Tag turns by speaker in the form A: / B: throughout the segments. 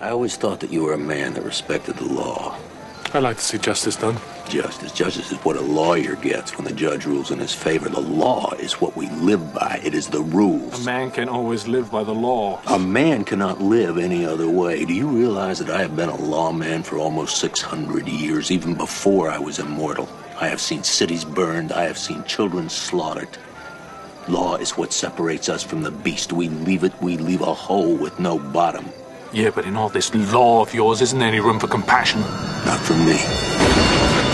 A: I always thought that you were a man that respected the law.
B: I like to see justice done.
A: Justice. Justice is what a lawyer gets when the judge rules in his favor. The law is what we live by, it is the
B: A
A: rules.
B: man can always live by the law.
A: A man cannot live any other way. Do you realize that I have been a lawman for almost 600 years, even before I was immortal? I have seen cities burned, I have seen children slaughtered. Law is what separates us from the beast. We leave it, we leave a hole with no bottom.
B: Yeah, but in all this law of yours, isn't any room for compassion?
A: Not for me.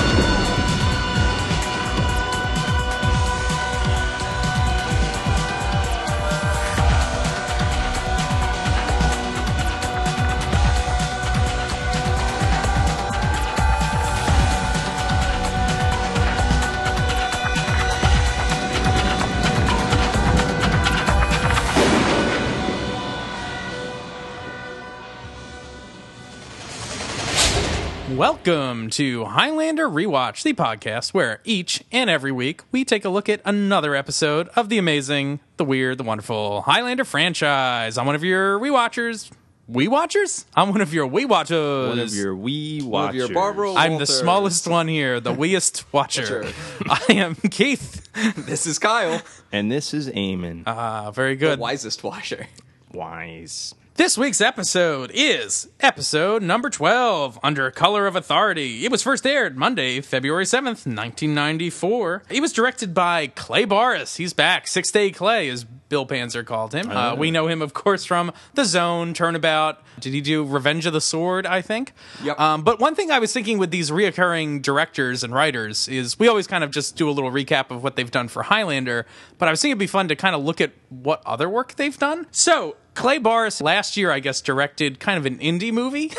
C: Welcome to Highlander Rewatch, the podcast where each and every week we take a look at another episode of the amazing, the weird, the wonderful Highlander franchise. I'm one of your rewatchers. We watchers? I'm one of your we watchers.
D: One of your wee watchers.
E: of your Barbara
C: I'm the
E: Walters.
C: smallest one here, the weest watcher. I am Keith.
E: This is Kyle,
D: And this is Eamon.
C: Ah, very
E: the
C: good.
E: wisest washer.
D: Wise.
C: This week's episode is episode number 12, Under Color of Authority. It was first aired Monday, February 7th, 1994. It was directed by Clay Barris. He's back. Six Day Clay, as Bill Panzer called him. Uh, we know him, of course, from The Zone, Turnabout. Did he do Revenge of the Sword, I think?
E: Yep.
C: Um, but one thing I was thinking with these reoccurring directors and writers is we always kind of just do a little recap of what they've done for Highlander, but I was thinking it'd be fun to kind of look at what other work they've done. So, Clay Barris last year, I guess, directed kind of an indie movie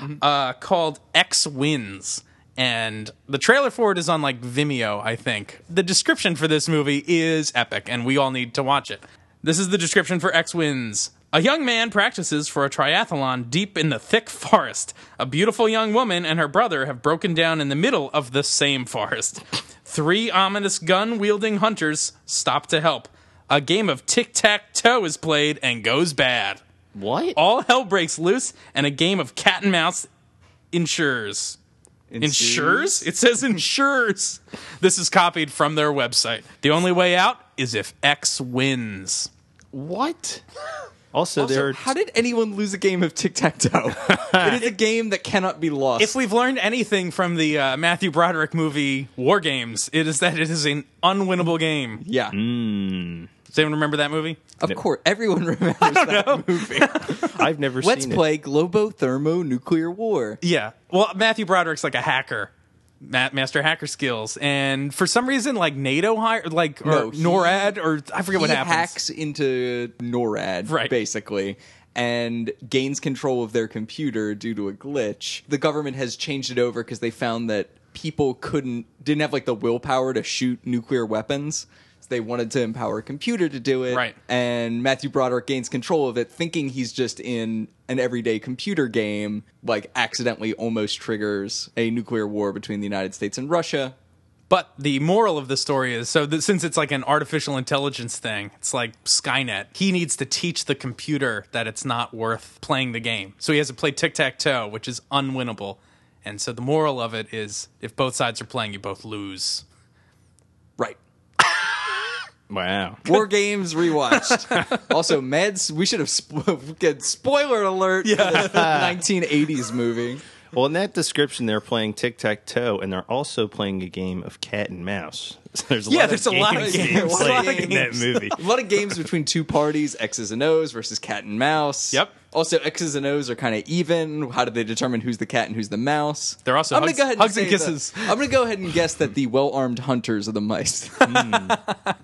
C: uh, called X Wins. And the trailer for it is on like Vimeo, I think. The description for this movie is epic, and we all need to watch it. This is the description for X Wins. A young man practices for a triathlon deep in the thick forest. A beautiful young woman and her brother have broken down in the middle of the same forest. Three ominous gun wielding hunters stop to help. A game of tic tac toe is played and goes bad.
D: What?
C: All hell breaks loose, and a game of cat and mouse ensures. Insures? It says insures. this is copied from their website. The only way out is if X wins.
D: What? Also,
E: Also,
D: there are
E: how did anyone lose a game of tic tac toe? it is a game that cannot be lost.
C: If we've learned anything from the uh, Matthew Broderick movie War Games, it is that it is an unwinnable game.
E: yeah,
C: Does anyone remember that movie?
E: of course, everyone remembers that movie.
D: I've never
E: Let's
D: seen
E: play globothermonuclear war.
C: Yeah. Well, Matthew Broderick's like a hacker. Ma- master hacker skills, and for some reason, like NATO, hi- like or
E: No, he-
C: NORAD, or I forget what
E: he
C: happens.
E: hacks into NORAD,
C: Right.
E: basically, and gains control of their computer due to a glitch. The government has changed it over because they found that people couldn't didn't have like the willpower to shoot nuclear weapons. So they wanted to empower a computer to do it.
C: Right.
E: And Matthew Broderick gains control of it, thinking he's just in an everyday computer game, like accidentally almost triggers a nuclear war between the United States and Russia.
C: But the moral of the story is so that since it's like an artificial intelligence thing, it's like Skynet. He needs to teach the computer that it's not worth playing the game. So he has to play tic tac toe, which is unwinnable. And so the moral of it is if both sides are playing, you both lose.
E: Right.
D: it. Wow.
E: War Games rewatched. also, Meds. We should have spo- get spoiler alert. Yeah, nineteen eighties movie.
D: Well, in that description, they're playing tic tac toe, and they're also playing a game of cat and mouse. So there's a
C: Yeah,
D: lot
C: there's a
D: of
C: lot of
D: games
C: games.
D: being
E: A lot of
D: played in that
E: games.
D: movie.
E: A lot of games between two parties: X's and O's versus cat and mouse.
C: Yep.
E: Also, X's and O's are kind of even. How do they determine who's the cat and who's the mouse?
C: They're also
E: I'm gonna
C: hugs-
E: go ahead
C: hugs and
E: say that-
C: kisses.
E: I'm going to go ahead and guess that the well-armed hunters are the mice.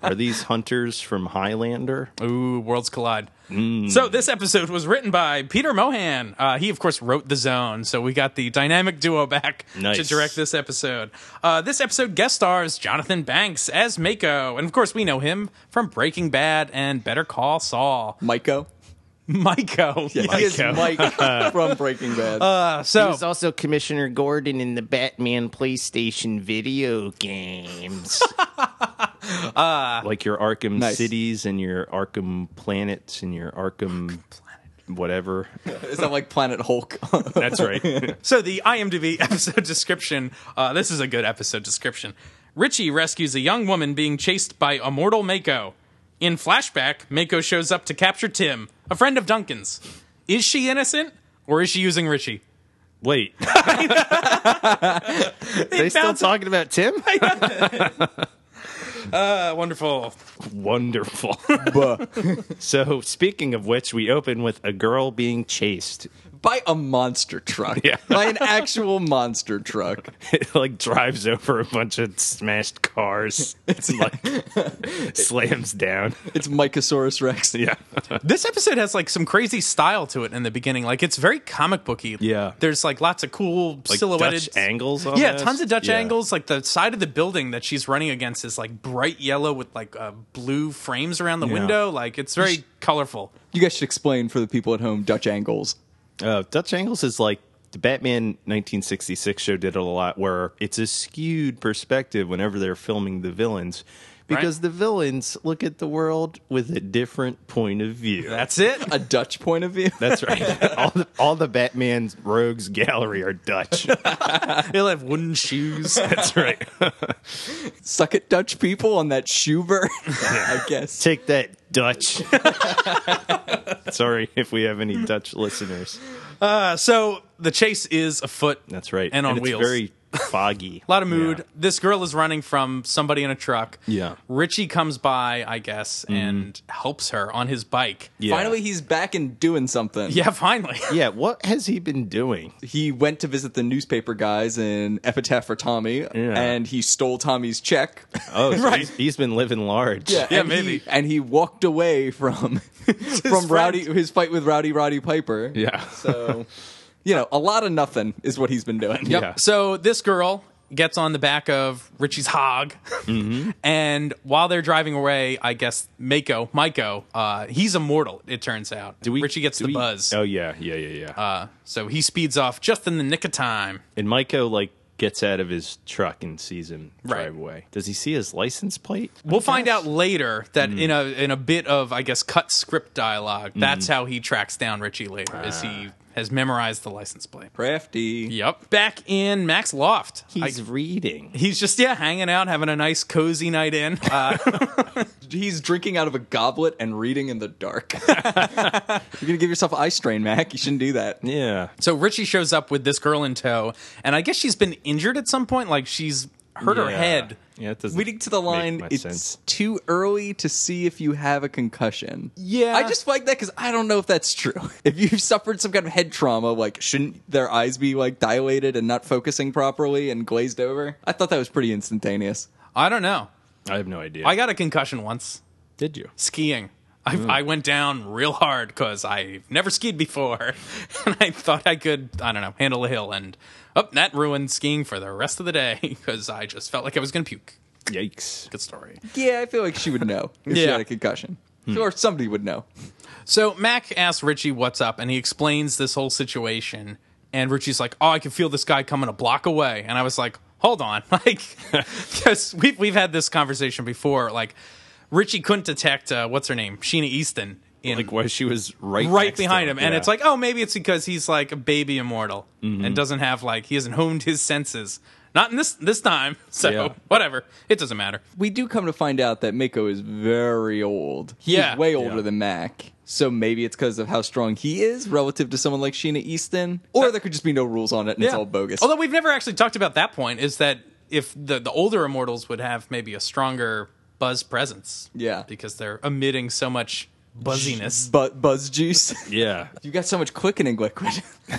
D: Are these hunters from Highlander?
C: Ooh, worlds collide.
E: Mm.
C: So this episode was written by Peter Mohan. Uh, he, of course, wrote The Zone, so we got the dynamic duo back
D: Nice.
C: to direct this episode. Uh, this episode guest stars Jonathan Banks as Mako, and of course, we know him from Breaking Bad and Better Call Saul.
E: Myco.
C: Mako,
E: Yeah, he is Mike from Breaking Bad.
C: Uh, so
D: also Commissioner Gordon in the Batman PlayStation video games. like your Arkham
E: Nice.
D: cities and your Arkham planets and your Arkham whatever.
E: Is that like Planet Hulk?
D: That's right.
C: So the IMDb episode description. Uh, this is a good episode description. Richie rescues a young woman being chased by a mortal Mako. In flashback, Mako shows up to capture Tim, a friend of Duncan's. Is she innocent or is she using Richie?
D: Wait, they still
C: bounce-
D: talking about Tim?
C: Uh, wonderful.
D: Wonderful. so speaking of which, we open with a girl being chased.
E: By a monster truck.
D: Yeah.
E: By an actual monster truck.
D: It like drives over a bunch of smashed cars. It's like slams down.
E: It's Mycosaurus Rex.
D: Yeah.
C: This episode has like some crazy style to it in the beginning. Like it's very comic booky.
D: Yeah.
C: There's like lots of cool
D: Like
C: silhouetted
D: Dutch angles.
C: Yeah,
D: almost.
C: tons of Dutch
D: Yeah.
C: angles. Like the side of the building that she's running against is like bright yellow with like uh, blue frames around the
D: Yeah.
C: window. Like it's very colorful.
E: You guys should explain for the people at home Dutch angles.
D: Uh, Dutch angles is like the Batman 1966 show did it a lot, where it's a skewed perspective whenever they're filming the villains, because
C: Right.
D: the villains look at the world with a different point of view.
C: That's it.
E: A Dutch point of view.
D: That's right. all the all the Batman's rogues gallery are Dutch.
C: They'll have wooden shoes.
D: That's right.
E: Suck it, Dutch people on that Schubert, I guess.
D: Take that, Dutch. Sorry if we have any Dutch listeners.
C: Uh, so the chase is afoot.
D: That's right.
C: And on
D: it's
C: wheels.
D: Very foggy.
C: a lot of mood. This girl is running from somebody in a truck.
D: Yeah. Mm-hmm.
C: Richie comes by, I guess, and helps her on his bike.
D: Yeah.
E: Finally, he's back and doing something.
C: Yeah, finally.
D: Yeah, what has he been doing?
E: He went to visit the newspaper guys in Epitaph for Tommy, and he stole Tommy's check.
D: Oh, so he's, he's been living large.
C: Yeah,
E: and he-
C: maybe.
E: and he walked away from from
C: friend.
E: Rowdy his fight with Rowdy Roddy Piper.
D: Yeah.
E: So, you know, a lot of nothing is what he's been doing.
C: Yep.
D: Yeah.
C: So this girl gets on the back of Richie's hog,
D: Mm-hmm.
C: and while they're driving away, I guess Mako, Miko, uh, he's immortal. It turns out. Do Richie gets
D: do
C: the
D: we-
C: buzz,
D: Oh yeah, yeah, yeah, yeah.
C: so he speeds off just in the nick of time.
D: and Maiko like gets out of his truck and sees him
C: Right.
D: drive away. Does he see his license plate?
C: We'll find out later that
D: Mm.
C: in a in a bit of I guess cut script dialogue, that's how he tracks down Richie later, as he
D: Ah.
C: has memorized the license plate.
E: Crafty.
C: Yep. Back in Max Loft. I-
D: He's reading.
C: he's just yeah hanging out, having a nice cozy night in. Uh,
E: He's drinking out of a goblet and reading in the dark. You're gonna give yourself eye strain, Mac. You shouldn't do that.
D: Yeah.
C: So Richie shows up with this girl in tow, and I guess she's been injured at some point. Like she's hurt her
D: Yeah.
C: head.
D: Yeah, it doesn't
E: Leading to the
D: make
E: line,
D: much
E: it's
D: sense.
E: too early to see if you have a concussion.
C: Yeah.
E: I just like that because I don't know if that's true. If you've suffered some kind of head trauma, like shouldn't their eyes be like dilated and not focusing properly and glazed over? I thought that was pretty instantaneous.
C: I don't know.
D: I have no idea.
C: I got a concussion once
D: Did you?
C: skiing. I,
D: Mm.
C: I went down real hard because I've never skied before, and I thought I could I don't know handle a hill, and oh that ruined skiing for the rest of the day because I just felt like I was gonna puke.
D: Yikes.
C: Good story.
E: Yeah, I feel like she would know if she
C: Yeah.
E: had a concussion. Or somebody would know.
C: So Mac asks Richie what's up, and he explains this whole situation. And Richie's like, "Oh, I can feel this guy coming a block away." And I was like, "Hold on, like, because we've we've had this conversation before. Like, Richie couldn't detect uh, what's her name, Sheena Easton, in
D: Like why she was right
C: right
D: next to
C: behind him, and
D: Yeah. Mm-hmm.
C: it's like, oh, maybe it's because he's like a baby immortal and doesn't have like he hasn't honed his senses. Not in this this time, so
D: Yeah.
C: whatever, it doesn't matter.
E: We do come to find out that Mako is very old. He's
C: Yeah.
E: way older
D: Yeah.
E: than Mac. So maybe it's because of how strong he is relative to someone like Sheena Easton. Or there could just be no rules on it and it's all bogus.
C: Uh, Although we've never actually talked about that point is that if the the older immortals would have maybe a stronger buzz presence.
E: Yeah.
C: Because they're emitting so much buzziness.
E: but buzz juice.
D: Yeah.
E: you got so much quickening liquid.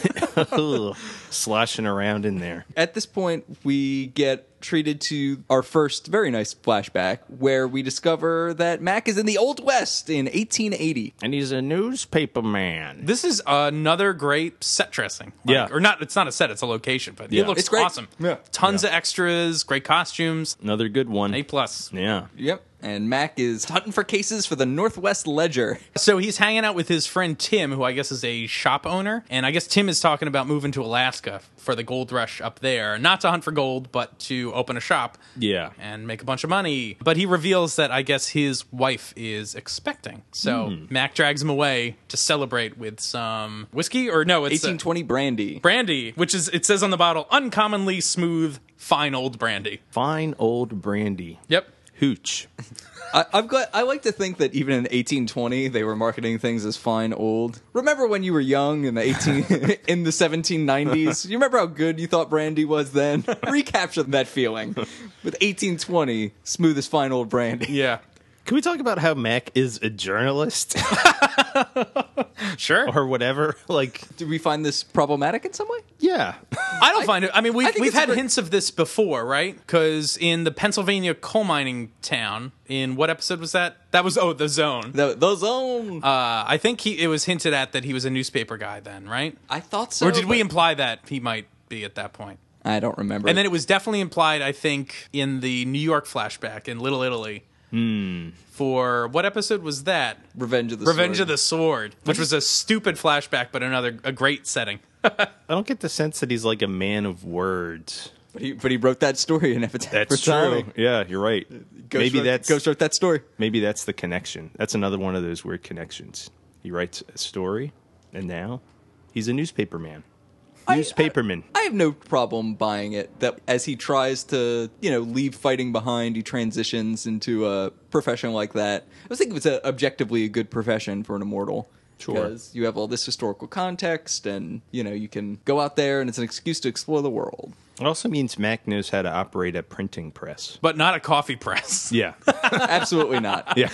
D: Ugh. sloshing around in there.
E: At this point, we get treated to our first very nice flashback where we discover that Mac is in the Old West in 1880.
D: And he's a newspaper man.
C: This is another great set dressing. Like-
D: Yeah.
C: Or not it's not a set, it's a location, but
D: Yeah.
C: it looks
E: It's great.
C: awesome.
E: Yeah.
C: Tons of extras, great costumes.
D: Another good one.
C: A plus.
D: Yeah.
E: Yep. And Mac is hunting for cases for the Northwest Ledger.
C: So he's hanging out with his friend Tim, who I guess is a shop owner. And I guess Tim is talking about moving to Alaska for the gold rush up there. Not to hunt for gold, but to to open a shop
D: Yeah.
C: and make a bunch of money. But he reveals that I guess his wife is expecting. So Mac drags him away to celebrate with some whiskey or no, it's uh,
E: 1820 brandy.
C: brandy, which is it says on the bottle uncommonly smooth, fine old brandy.
D: Fine old brandy.
C: Yep.
D: Hooch.
E: I, I've got. I like to think that even in 1820, they were marketing things as fine old. Remember when you were young in the 18 in the 1790s? You remember how good you thought brandy was then? Recapture that feeling with 1820 smooth as fine old brandy.
C: Yeah.
D: Can we talk about how Mac is a journalist
C: Sure.
D: or whatever? Like,
E: Did we find this problematic in some way?
D: yeah.
C: I don't find it. I mean, we've,
E: think
C: we've
E: it's a
C: had
E: great-
C: hints of this before, right? Because in the Pennsylvania coal mining town, in what episode was that? That was, oh, The Zone.
E: The, those own.
C: Uh, I think he, it was hinted at that he was a newspaper guy then, right?
E: I thought so.
C: or did we
E: Oh, but-
C: imply that he might be at that point?
E: I don't remember.
C: And then it was definitely implied, I think, in the New York flashback in Little Italy. For what episode was that?
E: Revenge of Hmm. the
C: Revenge
E: Sword.
C: of the Sword, which was a stupid flashback, but another a great setting.
D: I don't get the sense that he's like a man of words.
E: But he, but he wrote that story in Epitaph. for Tommy.
D: Yeah, you're right.
E: Ghost
D: maybe
E: wrote,
D: that's
E: Ghost wrote that story.
D: maybe that's the connection. That's another one of those weird connections. He writes a story, and now he's a newspaper man. Newspaperman.
E: I have no problem buying it that as he tries to, you know, leave fighting behind, he transitions into a profession like that. I was thinking it's a, objectively a good profession for an immortal.
D: Sure.
E: Because you have all this historical context and, you know, you can go out there and it's an excuse to explore the world.
D: it also means Mac knows how to operate a printing press.
C: But not a coffee press.
D: Yeah.
E: Absolutely not.
D: yeah.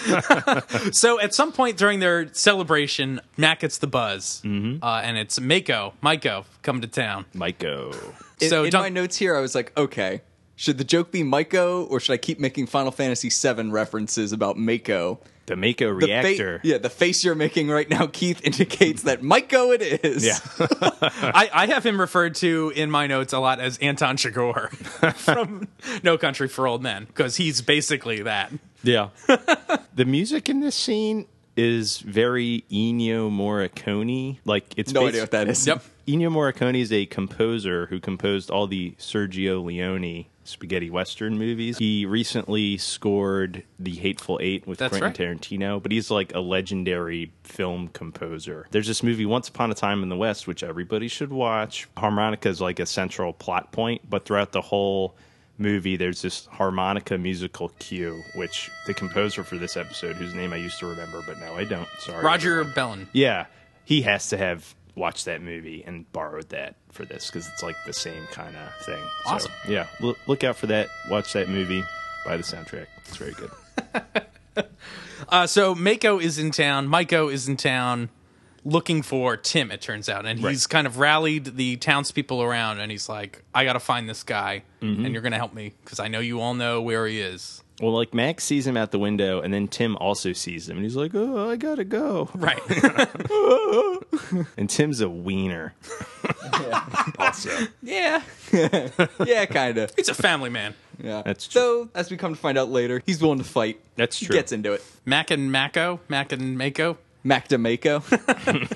C: So at some point during their celebration, Mac gets the buzz, uh, and it's Mako, Miko, come to town.
D: Myco.
E: In,
C: so
E: in
C: Dun-
E: my notes here, I was like, okay, should the joke be Myko or should I keep making Final Fantasy VII references about Mako?
D: The Mako
E: The fa-
D: reactor.
E: yeah, the face you're making right now, Keith, indicates that Myko it is.
D: Yeah.
C: I, I have him referred to in my notes a lot as Anton Chigurh from No Country for Old Men because he's basically that.
D: Yeah. the music in this scene is very Ennio Morricone. Like it's
E: No
D: basi-
E: idea what that is.
C: Yep.
D: Ennio Morricone is a composer who composed all the Sergio Leone spaghetti western movies. He recently scored The Hateful Eight with
C: That's
D: Quentin
C: right.
D: Tarantino, but he's like a legendary film composer. There's this movie Once Upon a Time in the West, which everybody should watch. Harmonica is like a central plot point, but throughout the whole movie there's this harmonica musical cue which the composer for this episode whose name i used to remember but now i don't sorry
C: Roger
D: everyone.
C: Bellin.
D: Yeah, he has to have watched that movie and borrowed that for this because it's like the same kind of thing. So,
C: Awesome.
D: yeah, l- look out for that. Watch that movie. Buy the soundtrack. It's very good.
C: Uh, so Mako is in town. Miko is in town looking for Tim, it turns out. And he's kind of rallied the townspeople around and he's like, I got to find this guy and you're going to help me because I know you all know where he is.
D: Well, like Max sees him out the window, and then Tim also sees him, and he's like, "Oh, I gotta go."
C: Right.
D: And Tim's a wiener. also,
E: Yeah. yeah, kind of.
C: he's a family man.
E: Yeah.
D: That's true.
E: So, as we come to find out later, he's willing to fight.
D: That's
E: He
D: true.
E: gets into it.
C: Mac and Mako. Mac and Mako.
E: Mac DeMaco.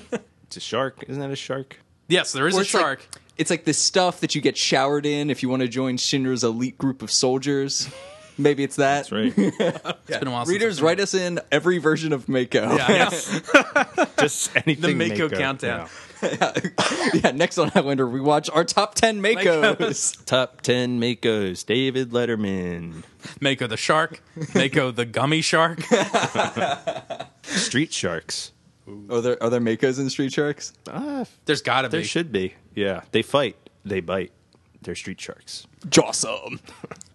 D: it's a shark. Isn't that a shark?
C: Yes, there is a shark.
E: Like, it's like this stuff that you get showered in if you want to join Shinra's elite group of soldiers. Maybe it's that.
D: That's right.
C: it's been a while since I've
E: Readers,
C: seen
E: write us in every version of Mako.
C: it. Yeah, yeah.
D: Just
C: the
D: anything.
C: Mako
D: Mako.
C: countdown.
D: Yeah.
E: Yeah, next on Highlander, we watch our top 10 Makos.
D: Top ten Makos. David Letterman.
C: Mako the shark, Mako the gummy shark.
D: Street sharks.
E: Are there, are there Makos in Street Sharks?
D: Ah,
C: There's got to be.
D: There should be. Yeah. They fight. They bite. They're street sharks.
E: Jawsome.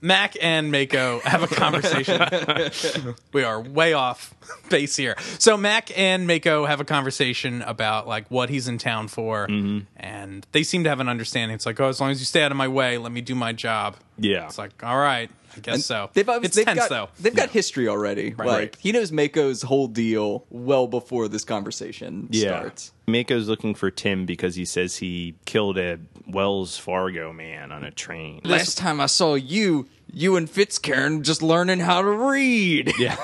C: Mac and Mako have a conversation. we are way off base here. So Mac and Mako have a conversation about like what he's in town for,
E: Mm-hmm.
C: and they seem to have an understanding. It's like, oh, as long as you stay out of my way, let me do my job.
D: Yeah.
C: It's like, all right, I guess so.
E: They've, obvi-
C: it's
E: they've
C: tense
E: got,
C: though.
E: They've got history already. Like
D: Right.
E: he knows Mako's whole deal well before this conversation starts.
D: Mako's looking for Tim because he says he killed a Wells Fargo man on a train.
E: Last time I saw you, you and Fitzkaren just learning how to read.
D: Yeah.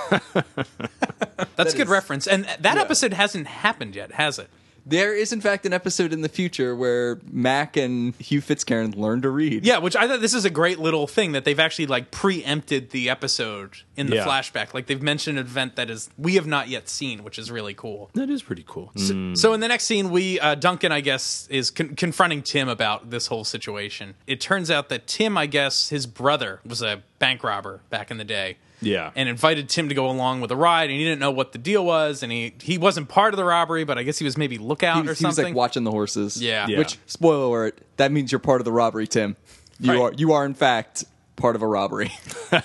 C: That's a good
E: is-
C: reference. And that episode hasn't happened yet, has it?
E: There is, in fact, an episode in the future where Mac and Hugh Fitzcairn learn to read.
C: Yeah, which I thought this is a great little thing that they've actually like preempted the episode in the
D: Yeah.
C: flashback. Like they've mentioned an event that is we have not yet seen, which is really cool.
B: That is pretty cool.
D: Mm. Hmm.
C: So in the next scene, we uh, Duncan, I guess, is con- confronting Tim about this whole situation. It turns out that Tim, I guess, his brother was a bank robber back in the day.
D: Yeah.
C: and invited Tim to go along with a ride, and he didn't know what the deal was, and he he wasn't part of the robbery, but I guess he was maybe lookout
E: he
C: or
E: was, he was,
C: something.
E: like watching the horses.
C: Yeah.
D: Yeah.
E: Which spoiler alert, that means you're part of the robbery, Tim. You
C: Right.
E: are you are in fact part of a robbery.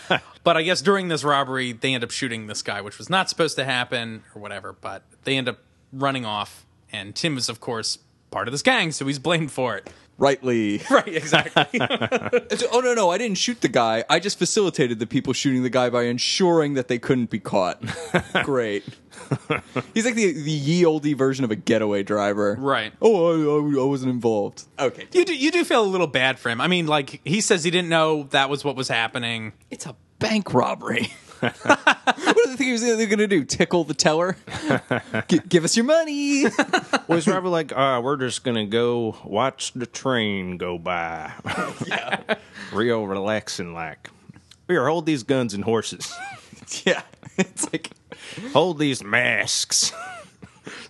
C: But I guess during this robbery, they end up shooting this guy, which was not supposed to happen or whatever. But they end up running off, and Tim is, of course, part of this gang, so he's blamed for it.
E: Rightly.
C: Right, exactly.
E: It's- oh no no, I didn't shoot the guy. I just facilitated the people shooting the guy by ensuring that they couldn't be caught. Great. He's like the the ye olde version of a getaway driver.
C: Right.
E: Oh, I, I, I wasn't involved. Okay.
C: you do you do feel a little bad for him. I mean, like he says he didn't know that was what was happening.
E: It's a bank robbery. what do they think he was going to do? Tickle the teller? G- give us your money.
D: was Robert like, uh, we're just gonna go watch the train go by. Real relaxing like. Here, hold these guns and horses.
E: yeah. It's like
D: hold these masks.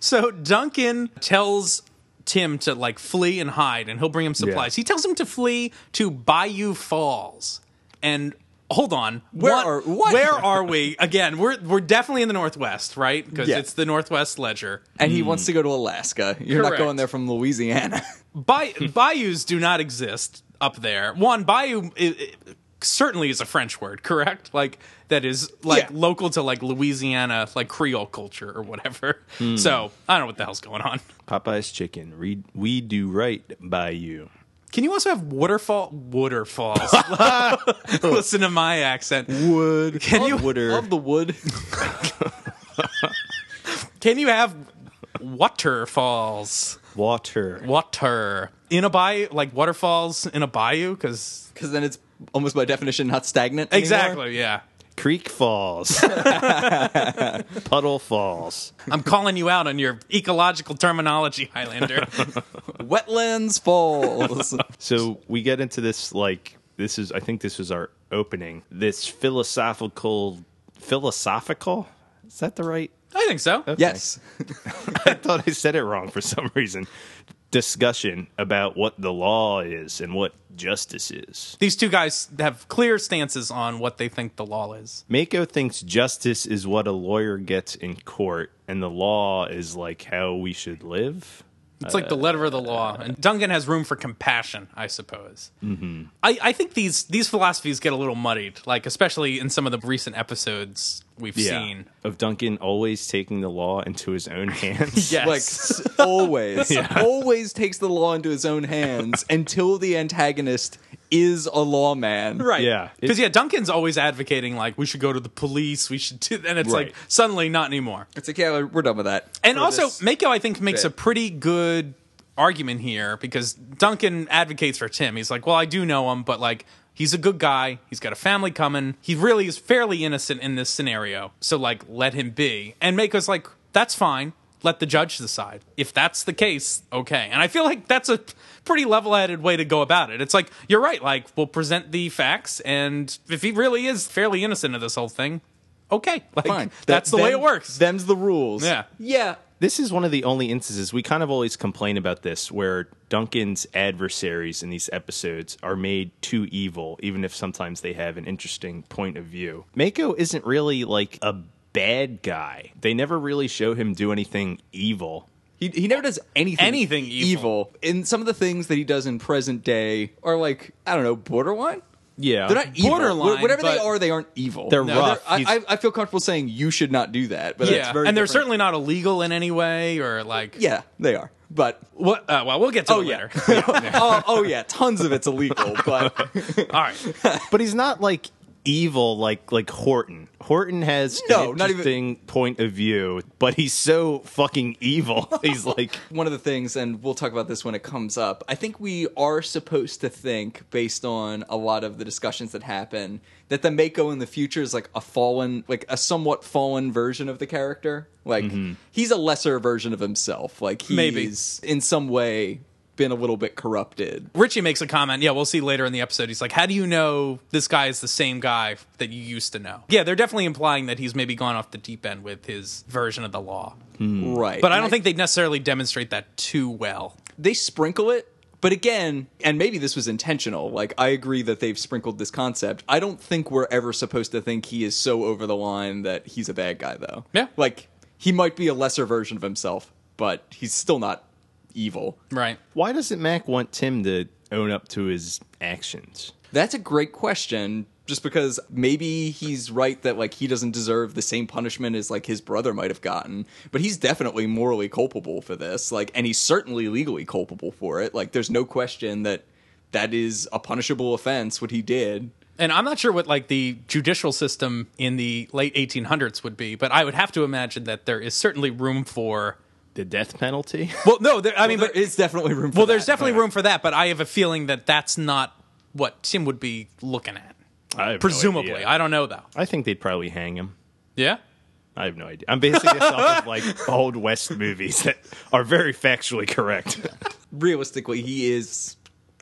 C: So Duncan tells Tim to like flee and hide, and he'll bring him supplies. He tells him to flee to Bayou Falls, and hold on,
E: Where
C: what-
E: are- what?
C: where are we again? We're we're definitely in the Northwest, right? Because
E: Yeah.
C: it's the Northwest Ledger.
E: and he wants to go to Alaska. You're
C: Correct.
E: not going there from Louisiana.
C: Bay- bayous do not exist up there. One bayou i i certainly is a French word, correct? Like that is like
E: Yeah.
C: local to like Louisiana, like Creole culture or whatever.
E: Hmm.
C: So I don't know what the hell's going on.
D: Popeye's chicken. Read, we do right by you.
C: Can you also have waterfall waterfalls? Listen to my accent.
D: Wood.
C: Can you
D: Wooder.
E: Love the wood.
C: can you have waterfalls?
D: Water.
C: Water in a bayou, like waterfalls in a bayou, because
E: Because then it's almost by definition not stagnant. anymore.
C: exactly, yeah.
D: Creek falls. Puddle falls.
C: I'm calling you out on your ecological terminology, Highlander.
E: Wetlands Falls.
D: So we get into this like this is I think this is our opening. This philosophical philosophical is that the right?
C: I think so.
E: yes.
D: I thought I said it wrong for some reason. Discussion about what the law is and what justice is.
C: These two guys have clear stances on what they think the law is.
D: Mako thinks justice is what a lawyer gets in court and the law is like how we should live.
C: It's like the letter of the law, and Duncan has room for compassion, I suppose. Mm-hmm. I, I think these these philosophies get a little muddied, like especially in some of the recent episodes we've seen.
D: Of Duncan always taking the law into his own hands.
C: Yes,
E: Like s- always, always takes the law into his own hands until the antagonist is a lawman.
C: right,
D: yeah.
C: because yeah, Duncan's always advocating like we should go to the police, we should, do, and it's like
D: Right.
C: suddenly not anymore.
E: It's like, yeah, we're done with that.
C: And
E: For
C: also,
E: this-
C: Mako, I think, makes
E: bit.
C: a pretty good argument here because Duncan advocates for Tim. He's like, well, I do know him, but like, he's a good guy. He's got a family coming. He really is fairly innocent in this scenario. So, like, let him be. And Mako's like, that's fine. Let the judge decide. If that's the case, okay. And I feel like that's a pretty level headed way to go about it. It's like, you're right. Like, we'll present the facts. And if he really is fairly innocent of this whole thing, okay. Like,
E: fine.
C: That's the
E: Them-
C: way it works.
E: Them's the rules.
C: Yeah.
E: Yeah.
D: This is one of the only instances we kind of always complain about this where Duncan's adversaries in these episodes are made too evil, even if sometimes they have an interesting point of view. Mako isn't really like a bad guy. They never really show him do anything evil.
E: He, he never does anything
C: Anything evil.
E: And some of the things that he does in present day are like I don't know borderline.
D: Yeah.
E: They're not evil.
C: Uh, Borderline,
E: Wh- Whatever they
C: but-
E: are, they aren't evil.
D: They're rough. He's-
E: I, I, I feel comfortable saying you should not do that. But that's
C: yeah,
E: very
C: and they're
E: different.
C: certainly not illegal in any way or like
E: yeah they are. But
C: What? Uh, well, we'll get to
E: oh
C: it
E: yeah,
C: later.
E: oh, oh yeah, tons of it's illegal. But
C: All right,
D: but he's not like evil like like Horton. Horton has
E: No,
D: an
E: not even-
D: interesting point of view, but he's so fucking evil. He's like
E: one of the things, and we'll talk about this when it comes up. I think we are supposed to think, based on a lot of the discussions that happen, that the Mako in the future is like a fallen, like a somewhat fallen version of the character. Like he's a lesser version of himself. Like he's
C: Mm-hmm. Maybe.
E: in some way been a little bit corrupted.
C: Richie makes a comment. Yeah, we'll see later in the episode. He's like, "How do you know this guy is the same guy that you used to know?" Yeah, they're definitely implying that he's maybe gone off the deep end with his version of the law.
E: Right.
C: Mm. But I
E: And
C: don't think they necessarily demonstrate that too well.
E: they sprinkle it but again and maybe this was intentional like i agree that they've sprinkled this concept i don't think we're ever supposed to think he is so over the line that he's a bad guy though
C: Yeah.
E: like he might be a lesser version of himself but he's still not evil
C: Right.
D: why doesn't Mac want Tim to own up to his actions?
E: that's a great question just because maybe he's right that like he doesn't deserve the same punishment as like his brother might have gotten but he's definitely morally culpable for this like and he's certainly legally culpable for it like there's no question that that is a punishable offense what he did
C: And I'm not sure what like the judicial system in the late 1800s would be, but I would have to imagine that there is certainly room for.
D: The death penalty?
C: Well, no, there, I mean,
E: there
C: but
E: is definitely room for
C: well, there's
E: that.
C: definitely room for that. But I have a feeling that that's not what Tim would be looking at.
D: I have no
C: Presumably,
D: idea.
C: I don't know though.
D: I think they'd probably hang him.
C: Yeah.
D: I have no idea. I'm basing this off of like old West movies that are very factually correct.
E: realistically he is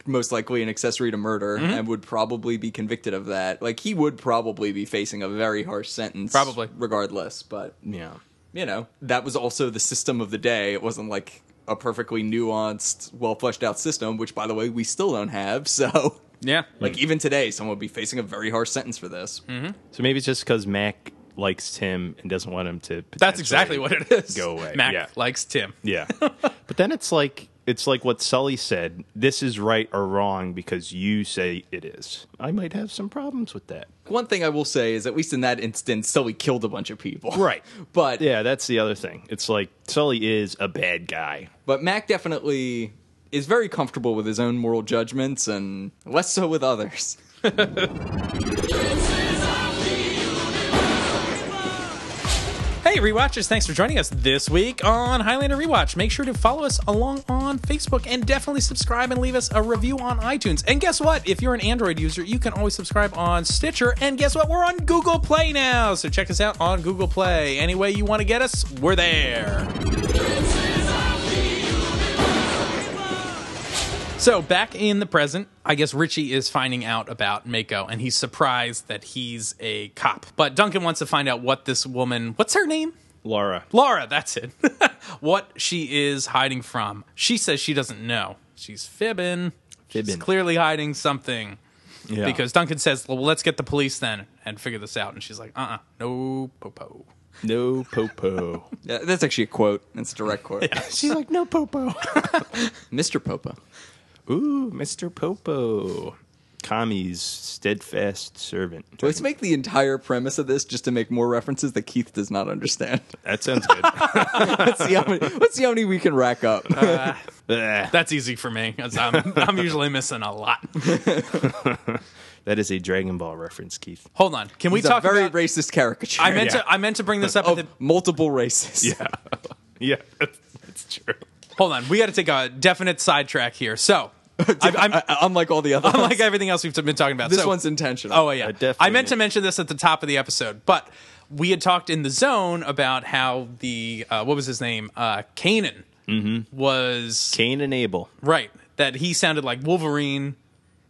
E: most likely an accessory to murder
C: Mm-hmm.
E: and would probably be convicted of that like he would probably be facing a very harsh sentence
C: Probably.
E: regardless but
D: yeah.
E: you know, that was also the system of the day. It wasn't like a perfectly nuanced, well fleshed out system, which, by the way, we still don't have.
D: Mm.
E: So,
C: Yeah.
E: like, even today, someone would be facing a very harsh sentence for this.
D: So maybe it's just because Mac likes Tim and doesn't want him to.
C: That's
D: potentially-
C: exactly what it is.
D: Go away.
C: Mac
D: Yeah.
C: likes Tim.
D: Yeah. but then it's like it's like what Sully said. This is right or wrong because you say it is. I might have some problems with that.
E: One thing I will say is, at least in that instance, Sully killed a bunch of people.
D: Right.
E: but,
D: Yeah, that's the other thing. It's like Sully is a bad guy.
E: but Mac definitely is very comfortable with his own moral judgments and less so with others.
C: Hey, rewatchers, thanks for joining us this week on Highlander Rewatch. Make sure to follow us along on Facebook and definitely subscribe and leave us a review on iTunes. And guess what? If you're an Android user, you can always subscribe on Stitcher. And guess what? We're on Google Play now. So check us out on Google Play. Any way you want to get us, we're there. So back in the present, I guess Richie is finding out about Mako, and he's surprised that he's a cop. But Duncan wants to find out what this woman, what's her name?
D: Laura.
C: Laura, that's it. what she is hiding from. She says she doesn't know. She's fibbing. She's
D: Fibbing.
C: clearly hiding something.
D: Yeah.
C: Because Duncan says, well, let's get the police then and figure this out. And she's like, uh-uh, no popo.
D: no popo.
E: Yeah, that's actually a quote. It's a direct quote.
D: She's like no popo.
E: Mr. Popa.
D: Ooh, Mr. Popo. Kami's steadfast servant.
E: Let's make the entire premise of this just to make more references that Keith does not understand.
D: That sounds good.
E: let's see how many. Let's see how many we can rack up.
D: Bleh.
C: That's easy for me 'cause I'm, I'm usually missing a lot.
D: that is a Dragon Ball reference, Keith.
C: Hold on. Can we
E: He's a
C: talk
E: very
C: about...
E: racist Oh, caricature.
C: I meant
D: Yeah.
C: to I meant to bring this up at
E: of
C: the
E: multiple races. Yeah.
D: Yeah, that's true.
C: Hold on, we got to take a definite sidetrack here. So, I, I'm
E: unlike all the other. ones.
C: like everything else we've been talking about.
E: this
C: so-
E: one's intentional.
C: Oh yeah,
D: I definitely-
C: I meant to mention this at the top of the episode, but we had talked in the zone about how the uh, what was his name, uh, Kanan,
E: Mm-hmm.
C: was
D: Cain and Abel.
C: right that he sounded like Wolverine,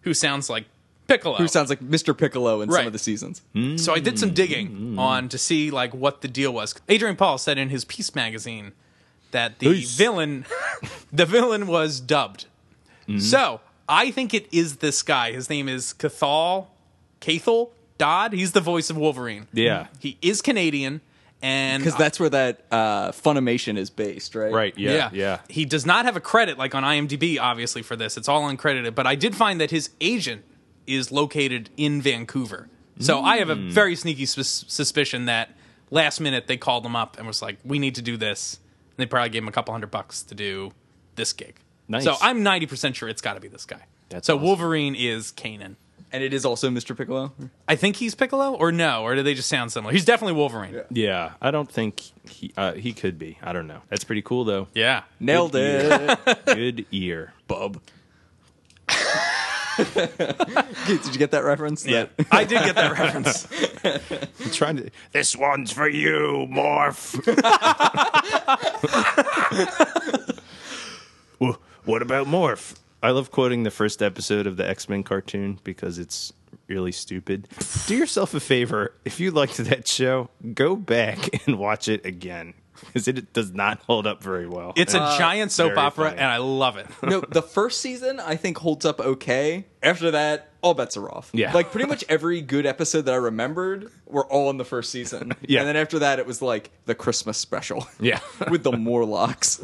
C: who sounds like Piccolo.
E: Who sounds like Mr. Piccolo in
C: Right. Hmm.
E: some of the seasons?
C: so I did some digging
D: Mm.
C: on to see like what the deal was. Adrian Paul said in his Peace magazine that the
D: Peace.
C: villain the villain was dubbed.
D: Mm-hmm.
C: So I think it is this guy. His name is Cathal Cathal Dodd. He's the voice of Wolverine.
D: Yeah.
C: He is Canadian and
E: Because that's where that uh, Funimation is based, right?
D: Mm. Right. Yeah. Yeah.
C: He does not have a credit like on IMDb, obviously, for this. It's all uncredited. But I did find that his agent is located in Vancouver. So I have a
D: Hmm.
C: very sneaky sus- suspicion that last minute they called him up and was like, we need to do this. And they probably gave him a couple hundred bucks to do this gig.
D: Nice.
C: So I'm 90% sure it's got to be this guy.
D: That's
C: so
D: awesome.
C: Wolverine is Kanan.
E: And it is also Mr. Piccolo.
C: I think he's Piccolo, or no, or do they just sound similar? He's definitely Wolverine. Yeah,
D: Yeah, I don't think he uh, he could be. I don't know. That's pretty cool though.
E: Nailed it.
D: Good ear.
E: Bub. Did you get that reference?
C: Yeah. I did get that reference.
D: I'm trying to. This one's for you, Morph. Wha- what about Morph? I love quoting the first episode of the X Men cartoon because it's really stupid. Do yourself a favor. If you liked that show, go back and watch it again because it does not hold up very well.
C: It's a giant soap
D: Uh, very
C: opera,
D: funny.
C: and I love it.
E: no, the first season I think holds up okay. After that, all bets are off.
D: Yeah.
E: Like pretty much every good episode that I remembered were all in the first season.
D: Yeah.
E: And then after that it was like the Christmas special.
D: Yeah.
E: With the Morlocks.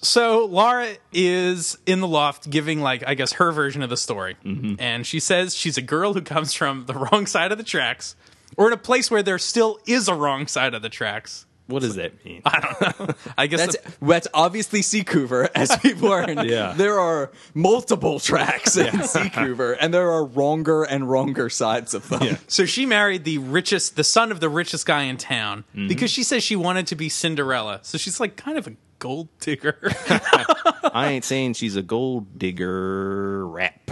C: So Laura is in the loft giving, like, I guess her version of the story. And she says she's a girl who comes from the wrong side of the tracks, or in a place where there still is a wrong side of the tracks.
D: what does that mean?
C: I guess
E: That's
C: the-
E: that's obviously Seacouver, as we've learned.
D: Yeah.
E: There are multiple tracks in Seacouver, and there are wronger and wronger sides of them.
C: so she married the richest, the son of the richest guy in town because she says she wanted to be Cinderella. So she's like kind of a gold digger.
D: I ain't saying she's a gold digger rap.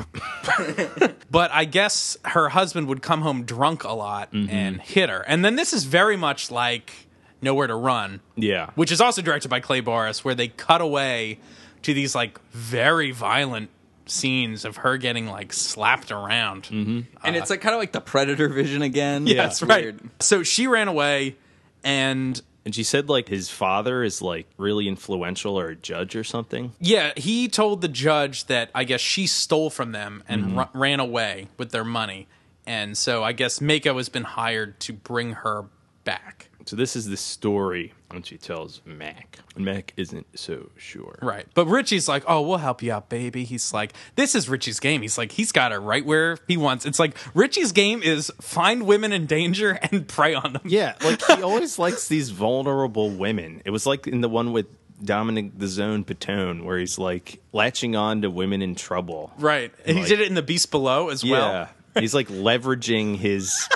C: but I guess her husband would come home drunk a lot and hit her. And then this is very much like Nowhere to Run.
D: Yeah.
C: Which is also directed by Clay Boris, where they cut away to these like very violent scenes of her getting like slapped around. Mm-hmm.
E: And it's like kind of like the Predator vision again. Yeah,
C: That's right. So she ran away and
D: And she said like his father is like really influential or a judge or something.
C: Yeah, he told the judge that I guess she stole from them and ru- ran away with their money. And so I guess Mako has been hired to bring her back.
D: So this is the story when she tells Mac. And Mac isn't so sure.
C: Right. But Richie's like, oh, we'll help you out, baby. He's like, this is Richie's game. He's like, he's got her right where he wants. It's like, Richie's game is find women in danger and prey on them.
D: Yeah, like he always likes these vulnerable women. It was like in the one with Dominic the Zone Patone where he's like latching on to women in trouble.
C: Right. And he
D: Like-
C: did it in The Beast Below as
D: Yeah.
C: well.
D: he's like leveraging his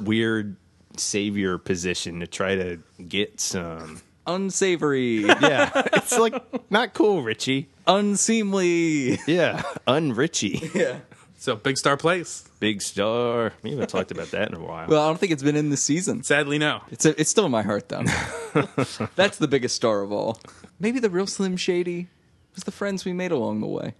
D: weird savior position to try to get some.
E: Unsavory,
D: Yeah. It's like not cool, Richie.
E: unseemly.
D: Yeah. Unrichie.
C: So, Big Star Place.
D: Big Star. We haven't talked about that in a while.
E: Well, I don't think it's been in the season.
C: Sadly, no.
E: It's it's still in my heart though. That's the biggest star of all. Maybe the real Slim Shady was the friends we made along the way.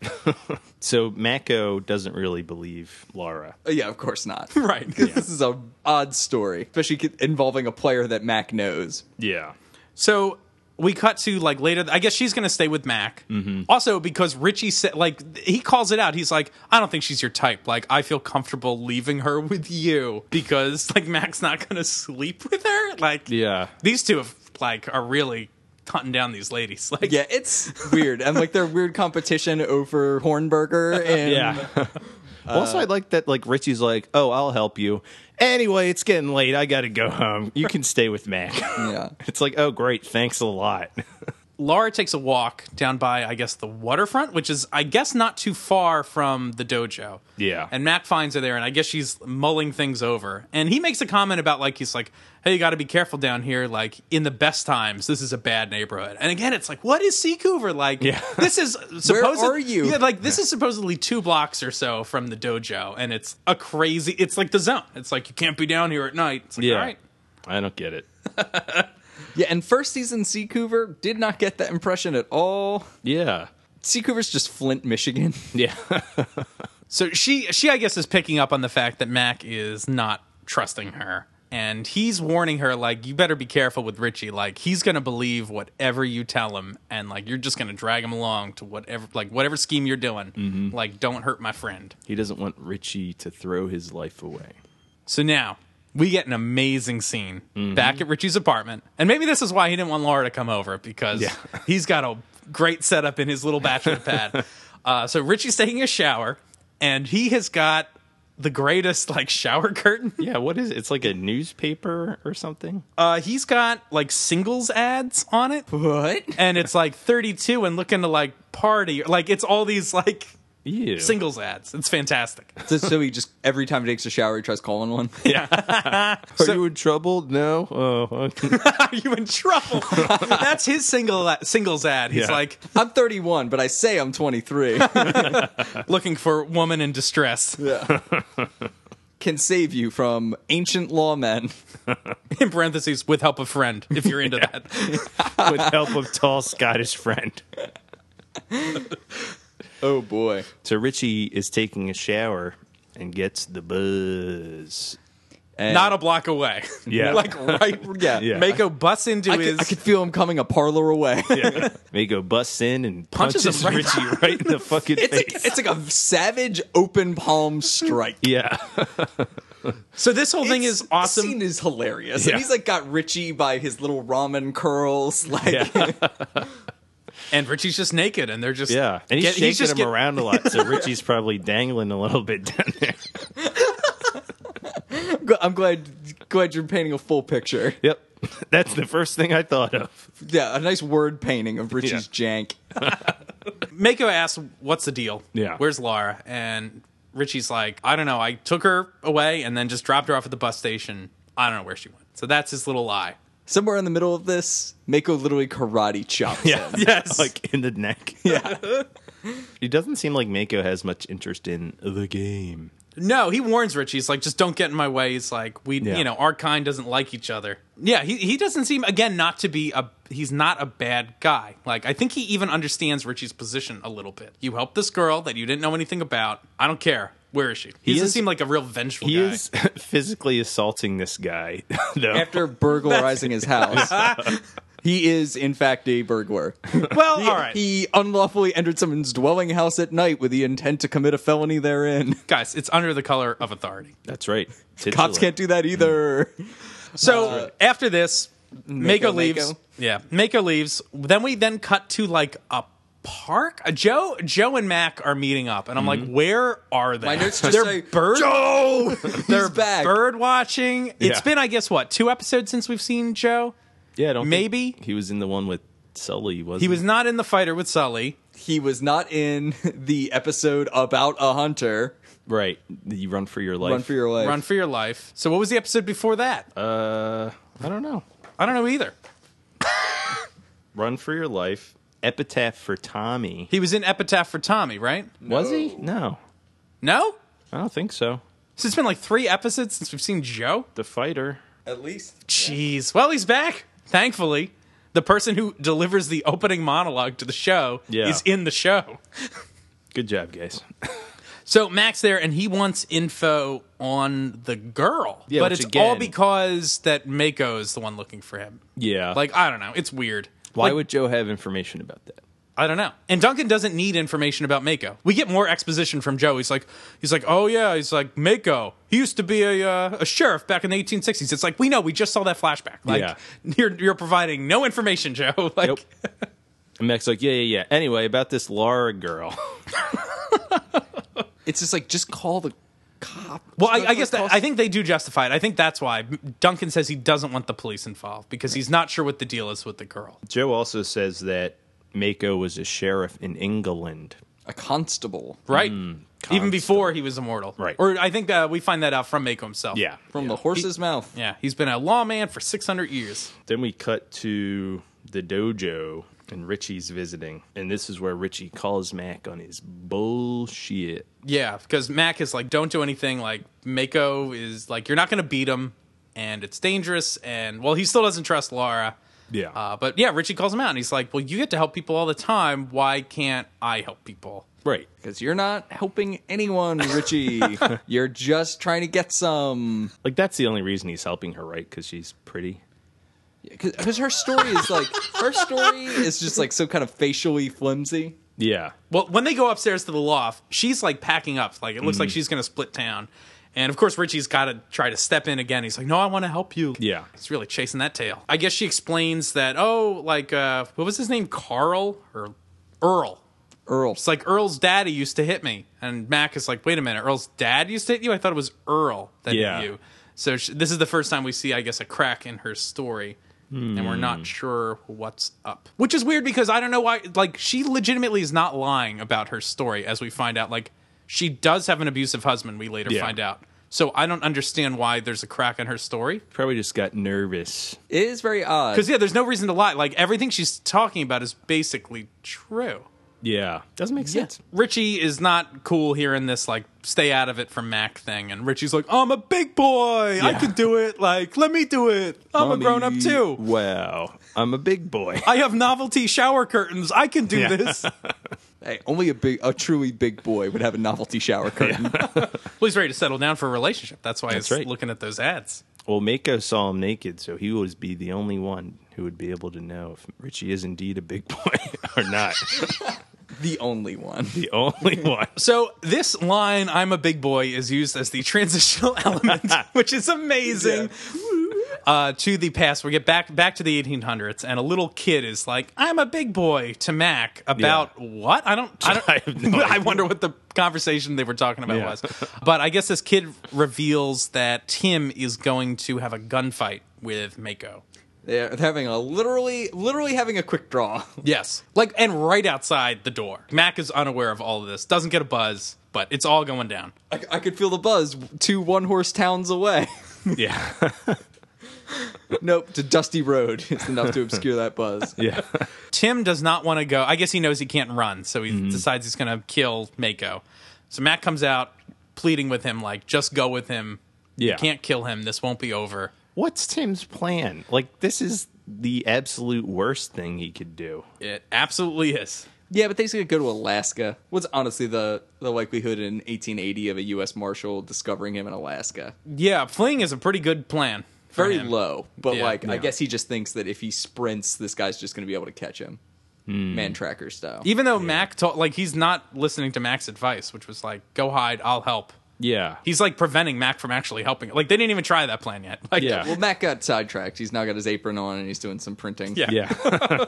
D: so Mako doesn't really believe Lara.
E: Uh, yeah, of course not.
C: Right.
E: Because this is a odd story, especially c- involving a player that Mac knows.
D: Yeah.
C: So we cut to like later. I guess she's going to stay with Mac. Also, because Richie said, like, he calls it out. He's like, I don't think she's your type. Like, I feel comfortable leaving her with you because, like, Mac's not going to sleep with her. Like,
D: Yeah.
C: These two have, like, are really hunting down these ladies. Like,
E: Yeah, it's weird. And like their weird competition over Hornberger and
D: also, I like that. Like Richie's like, "Oh, I'll help you." Anyway, it's getting late. I gotta go home. You can stay with Mac.
E: Yeah.
D: It's like, oh, great. Thanks a lot.
C: Laura takes a walk down by, I guess, the waterfront, which is, I guess, not too far from the dojo.
D: Yeah.
C: And Mac finds her there, and I guess she's mulling things over. And he makes a comment about, like, he's like, hey, you got to be careful down here. Like, in the best times, this is a bad neighborhood. And again, it's like, what is Seacouver? Like,
D: Yeah.
C: this is supposedly.
E: are you?
C: Yeah, like, this is supposedly two blocks or so from the dojo, and it's a crazy, it's like the zone. It's like, you can't be down here at night. It's like, all right.
D: I don't get it.
E: Yeah, and first season Seacouver did not get that impression at all.
D: Yeah.
E: Seacouver's just Flint, Michigan.
D: Yeah.
C: So she she I guess is picking up on the fact that Mac is not trusting her. And he's warning her, like, you better be careful with Richie. Like, he's gonna believe whatever you tell him, and like you're just gonna drag him along to whatever like whatever scheme you're doing. Like, don't hurt my friend.
D: he doesn't want Richie to throw his life away.
C: So now we get an amazing scene back at Richie's apartment. And maybe this is why he didn't want Laura to come over because he's got a great setup in his little bachelor pad. Uh, so Richie's taking a shower and he has got the greatest like shower curtain.
D: Yeah. What is it? It's like a newspaper or something.
C: Uh, he's got like singles ads on it
E: What?
C: and it's like 32 and looking to like party. Like it's all these like
D: Ew.
C: Singles ads. It's fantastic.
E: So, so he just every time he takes a shower, he tries calling one.
D: Are you in trouble? No. Oh, okay.
C: Are you in trouble? That's his single uh, singles ad. He's
D: Yeah.
C: like
E: I'm 31, but I say I'm 23.
C: looking for woman in distress.
E: Can save you from ancient lawmen.
C: In parentheses, with help of friend. If you're into that,
D: with help of tall Scottish friend.
E: Oh boy.
D: So Richie is taking a shower and gets the buzz.
E: And
C: not a block away.
D: Yeah.
C: like right.
E: yeah.
D: Yeah.
C: Mako busts into
E: I
C: his.
E: could, I could feel him coming a parlor away.
D: Mako busts in and
C: Punches
D: punches,
C: him right-
D: Richie right in the fucking
E: It's
D: face.
E: like, it's like a savage open palm strike.
D: yeah.
C: so this whole thing is awesome.
E: The scene is hilarious.
D: Yeah.
E: And he's like got Richie by his little ramen curls. Like
C: and Richie's just naked, and they're just
D: Yeah. And he's
C: Get-
D: shaking
C: just
D: him
C: get-
D: around a lot. So Richie's probably dangling a little bit down there.
E: I'm glad glad you're painting a full picture.
D: Yep. That's the first thing I thought of.
E: Yeah, a nice word painting of Richie's jank.
C: Mako asks, "What's the deal?
D: Yeah.
C: where's Laura?" And Richie's like, "I don't know. I took her away and then just dropped her off at the bus station. I don't know where she went." So that's his little lie.
E: Somewhere in the middle of this, Mako literally karate chops him.
C: Yes.
D: Like in the neck. Yeah. He doesn't seem like Mako has much interest in the game.
C: No, he warns Richie. He's like, just don't get in my way. He's like, we,
D: Yeah.
C: you know, our kind doesn't like each other. Yeah, he, he doesn't seem, again, not to be a, he's not a bad guy. Like, I think he even understands Richie's position a little bit. You helped this girl that you didn't know anything about. I don't care. Where is she? He, doesn't
D: is-
C: seem like a real vengeful
D: He
C: guy.
D: is physically assaulting this guy, though.
E: After burglarizing his house. He is, in fact, a burglar.
C: well, all right.
E: He unlawfully entered someone's dwelling house at night with the intent to commit a felony therein.
C: Guys, it's under the color of authority.
D: That's right.
E: Cops can't do that either.
C: Mm-hmm. So after this, Mako,
E: Mako,
C: leaves.
E: Mako?
C: Yeah, Mako leaves. Then we then cut to like a park. Uh, Joe, Joe and Mac are meeting up, and I'm like,
D: Mm-hmm.
C: where are they?
E: My notes just
C: They're
E: say,
C: bird.
E: Joe!
C: They're
E: He's back.
C: bird watching. It's
D: Yeah.
C: been, I guess, what two episodes since we've seen Joe.
D: Yeah, I don't think-
C: Maybe.
D: he was in the one with Sully. Was
C: He was not in the fighter with Sully.
E: He was not in the episode about a hunter.
D: right. You run for your life.
E: Run for your life.
C: Run for your life. So what was the episode before that?
D: Uh, I don't know.
C: I don't know either.
D: Run for your life. Epitaph for Tommy.
C: He was in Epitaph for Tommy, right?
D: Was he? No,
C: No.
D: I don't think so.
C: So it's been like three episodes since we've seen Joe.
D: The fighter.
E: At least.
C: Jeez. Well, he's back. Thankfully, the person who delivers the opening monologue to the show
D: Yeah.
C: is in the show.
D: Good job, guys.
C: So Max there, and he wants info on the girl,
D: Yeah,
C: but
D: which
C: it's
D: again-
C: all because that Mako is the one looking for him.
D: Yeah.
C: Like I don't know, it's weird.
D: why
C: Like,
D: would Joe have information about that?
C: I don't know. And Duncan doesn't need information about Mako. We get more exposition from Joe. He's like, he's like, oh yeah, he's like Mako. He used to be a, uh, a sheriff back in the 1860s. It's like we know. We just saw that flashback. Like
D: Yeah.
C: you're you're providing no information, Joe. Like
D: Nope. And Mac's like, yeah, yeah, yeah. Anyway, about this Laura girl.
E: It's just like, just call the cop.
C: Well,
E: Just
C: I, I
E: call
C: guess
E: the
C: that,
E: cops.
C: I think they do justify it. I think that's why Duncan says he doesn't want the police involved because he's not sure what the deal is with the girl.
D: Joe also says that Mako was a sheriff in England.
E: A constable
C: Right? Even before he was immortal.
D: Right.
C: Or I think uh, we find that out from Mako himself.
E: from the horse's mouth.
C: Yeah. He's been a lawman for 600 years.
D: Then we cut to the dojo and Richie's visiting. And this is where Richie calls Mac on his bullshit.
C: Yeah. Because Mac is like, don't do anything. Like, Mako is like, you're not going to beat him. And it's dangerous. And, well, he still doesn't trust Laura.
D: Yeah.
C: Uh, but yeah, Richie calls him out and he's like, well, you get to help people all the time. Why can't I help people?
D: right.
E: Because you're not helping anyone, Richie. you're just trying to get some.
D: Like, that's the only reason he's helping her, right? Because she's pretty.
E: Because her story is like, her story is just like so kind of facially flimsy.
D: Yeah.
C: Well, when they go upstairs to the loft, she's like packing up. Like it looks like she's gonna split town. And of course, Richie's got to try to step in again. He's like, "No, I want to help you."
D: Yeah.
C: he's really chasing that tail. I guess she explains that. Oh, like uh, what was his name? Carl or Earl?
E: Earl.
C: It's like Earl's daddy used to hit me, and Mac is like, "Wait a minute, Earl's dad used to hit you? I thought it was Earl that
D: Yeah.
C: hit you." So sh this is the first time we see, I guess, a crack in her story. and we're
D: Hmm.
C: not sure what's up. Which is weird because I don't know why. Like, she legitimately is not lying about her story, as we find out. Like, she does have an abusive husband. We later
D: Yeah.
C: find out. So I don't understand why there's a crack in her story.
D: Probably just got nervous.
E: It is very odd.
C: Because yeah, there's no reason to lie. Like everything she's talking about is basically true.
D: Yeah, doesn't make sense.
C: Richie is not cool hearing this like stay out of it from Mac thing, and Richie's like, I'm a big boy, I
D: Yeah.
C: can do it. Like, let me do it. I'm a grown up
D: Mommy,
C: too.
D: Wow, I'm a big boy.
C: I have novelty shower curtains. I can do
D: Yeah.
C: this.
E: hey, only a big, a truly big boy would have a novelty shower curtain.
C: Well, he's ready to settle down for a relationship. That's why
D: That's
C: he's
D: right.
C: looking at those ads.
D: Well, Mako saw him naked, so he would be the only one who would be able to know if Richie is indeed a big boy or not.
E: the only one.
D: the only one.
C: So this line, "I'm a big boy," is used as the transitional element, which is amazing. Uh, to the past, we get back back to the 1800s, and a little kid is like, "I'm a big boy" to Mac about what? I don't. I, don't,
D: I have no
C: I
D: idea.
C: wonder what the conversation they were talking about
D: Yeah.
C: was. But I guess this kid reveals that Tim is going to have a gunfight with Mako.
E: They're they're having a literally, literally having a quick draw.
C: Yes. Like, and right outside the door. Mac is unaware of all of this, doesn't get a buzz, but it's all going down.
E: I, I could feel the buzz two one horse towns away.
D: Yeah.
E: nope, to Dusty Road. It's enough to obscure that buzz.
D: Yeah.
C: Tim does not want to go. I guess he knows he can't run, so he decides he's going to kill Mako. So Matt comes out pleading with him, like, just go with him.
D: Yeah.
C: You can't kill him. This won't be over.
D: What's Tim's plan? Like, this is the absolute worst thing he could do.
C: It absolutely is.
E: Yeah, but they going to go to Alaska. What's honestly the, the likelihood in 1880 of a U.S. Marshal discovering him in Alaska?
C: Yeah, fleeing is a pretty good plan. for
E: Very
C: him.
E: low, but
C: Yeah.
E: like I
C: Yeah.
E: guess he just thinks that if he sprints, this guy's just going to be able to catch him, man tracker style.
C: Hmm. Even though Mac told, like, he's not listening to Mac's advice, which was like, go hide, I'll help.
D: Yeah.
C: He's like preventing Mac from actually helping. Like, they didn't even try that plan yet. Like,
D: Yeah.
E: Well, Matt got sidetracked. He's now got his apron on and he's doing some printing.
C: Yeah.
D: yeah.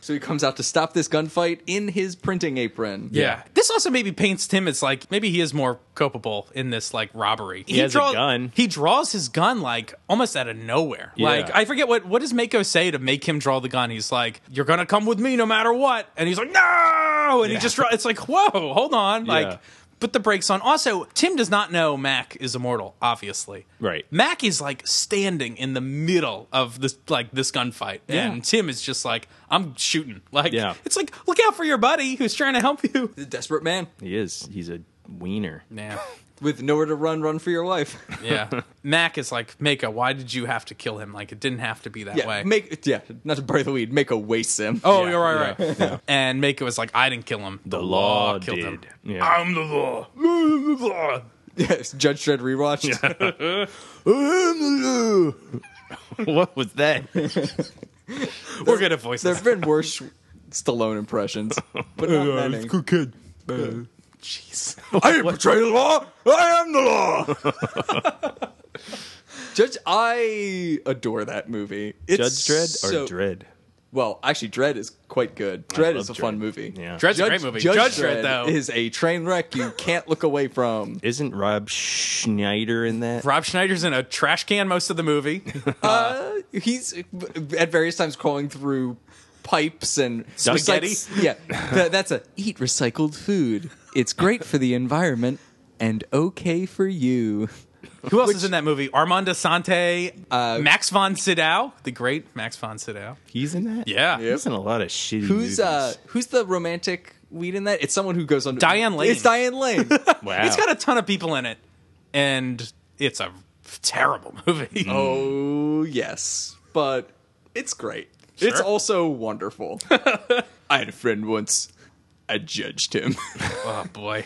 E: So he comes out to stop this gunfight in his printing apron.
C: Yeah. This also maybe paints Tim as like maybe he is more culpable in this like robbery. He,
D: has a gun.
C: He draws his gun like almost out of nowhere.
D: Yeah.
C: Like I forget what what does Mako say to make him draw the gun? He's like, "You're gonna come with me no matter what," and he's like, "No!" And he
D: Yeah.
C: just draw. It's like, whoa, hold on,
D: Yeah.
C: like. Put the brakes on. Also, Tim does not know Mac is immortal, obviously.
D: Right.
C: Mac is like standing in the middle of this like this gunfight.
D: Yeah.
C: And Tim is just like, I'm shooting. Like
D: Yeah.
C: it's like, look out for your buddy who's trying to help you.
E: The desperate man
D: He is. He's a wiener.
C: Yeah.
E: with nowhere to run, run for your life.
C: Yeah. Mac is like, Mako, why did you have to kill him? Like, it didn't have to be that
E: Yeah,
C: way.
E: make yeah, not to bury the lead. Make a waste him.
C: oh,
D: Yeah,
C: you're right, right. And Mako is like, I didn't kill him.
D: The law, did. Yeah.
B: I'm the law. I'm the law.
E: yes, Judge Dredd rewatched.
D: Ah. what was that?
C: We're good at voices.
E: There've been worse Stallone impressions, but not many.
D: kid.
C: Jeez.
E: I didn't betray the law. I am the law. Judge, I adore that movie. It's
D: Judge Dredd or
E: so-
D: Dread?
E: Well, actually, Dread is quite good. Dread
D: love
E: is a fun
D: Dredd.
E: movie.
D: Yeah.
C: Dread's a great movie. Judge, Dredd, though.
E: is a train wreck you can't look away from.
D: Isn't Rob Schneider in that?
C: Rob Schneider's in a trash can most of the movie.
E: Uh, he's at various times crawling through pipes and
C: Spaghetti?
E: recyc- Yeah, Th- that's a eat recycled food. It's great for the environment and okay for you.
C: Who else is in that movie? Armand Sante,
D: Uh,
C: Max von Sydow, the great Max von Sydow.
D: He's in that.
C: Yeah.
D: He's in a lot of shitty.
E: Who's
D: movies.
E: uh who's the romantic lead in that? It's someone who goes on
C: Diane Lane.
E: It's Diane Lane.
D: Wow.
C: It's got a ton of people in it, and it's a terrible movie.
E: oh yes, but it's great. It's also wonderful. I had a friend once. I judged him.
C: oh boy.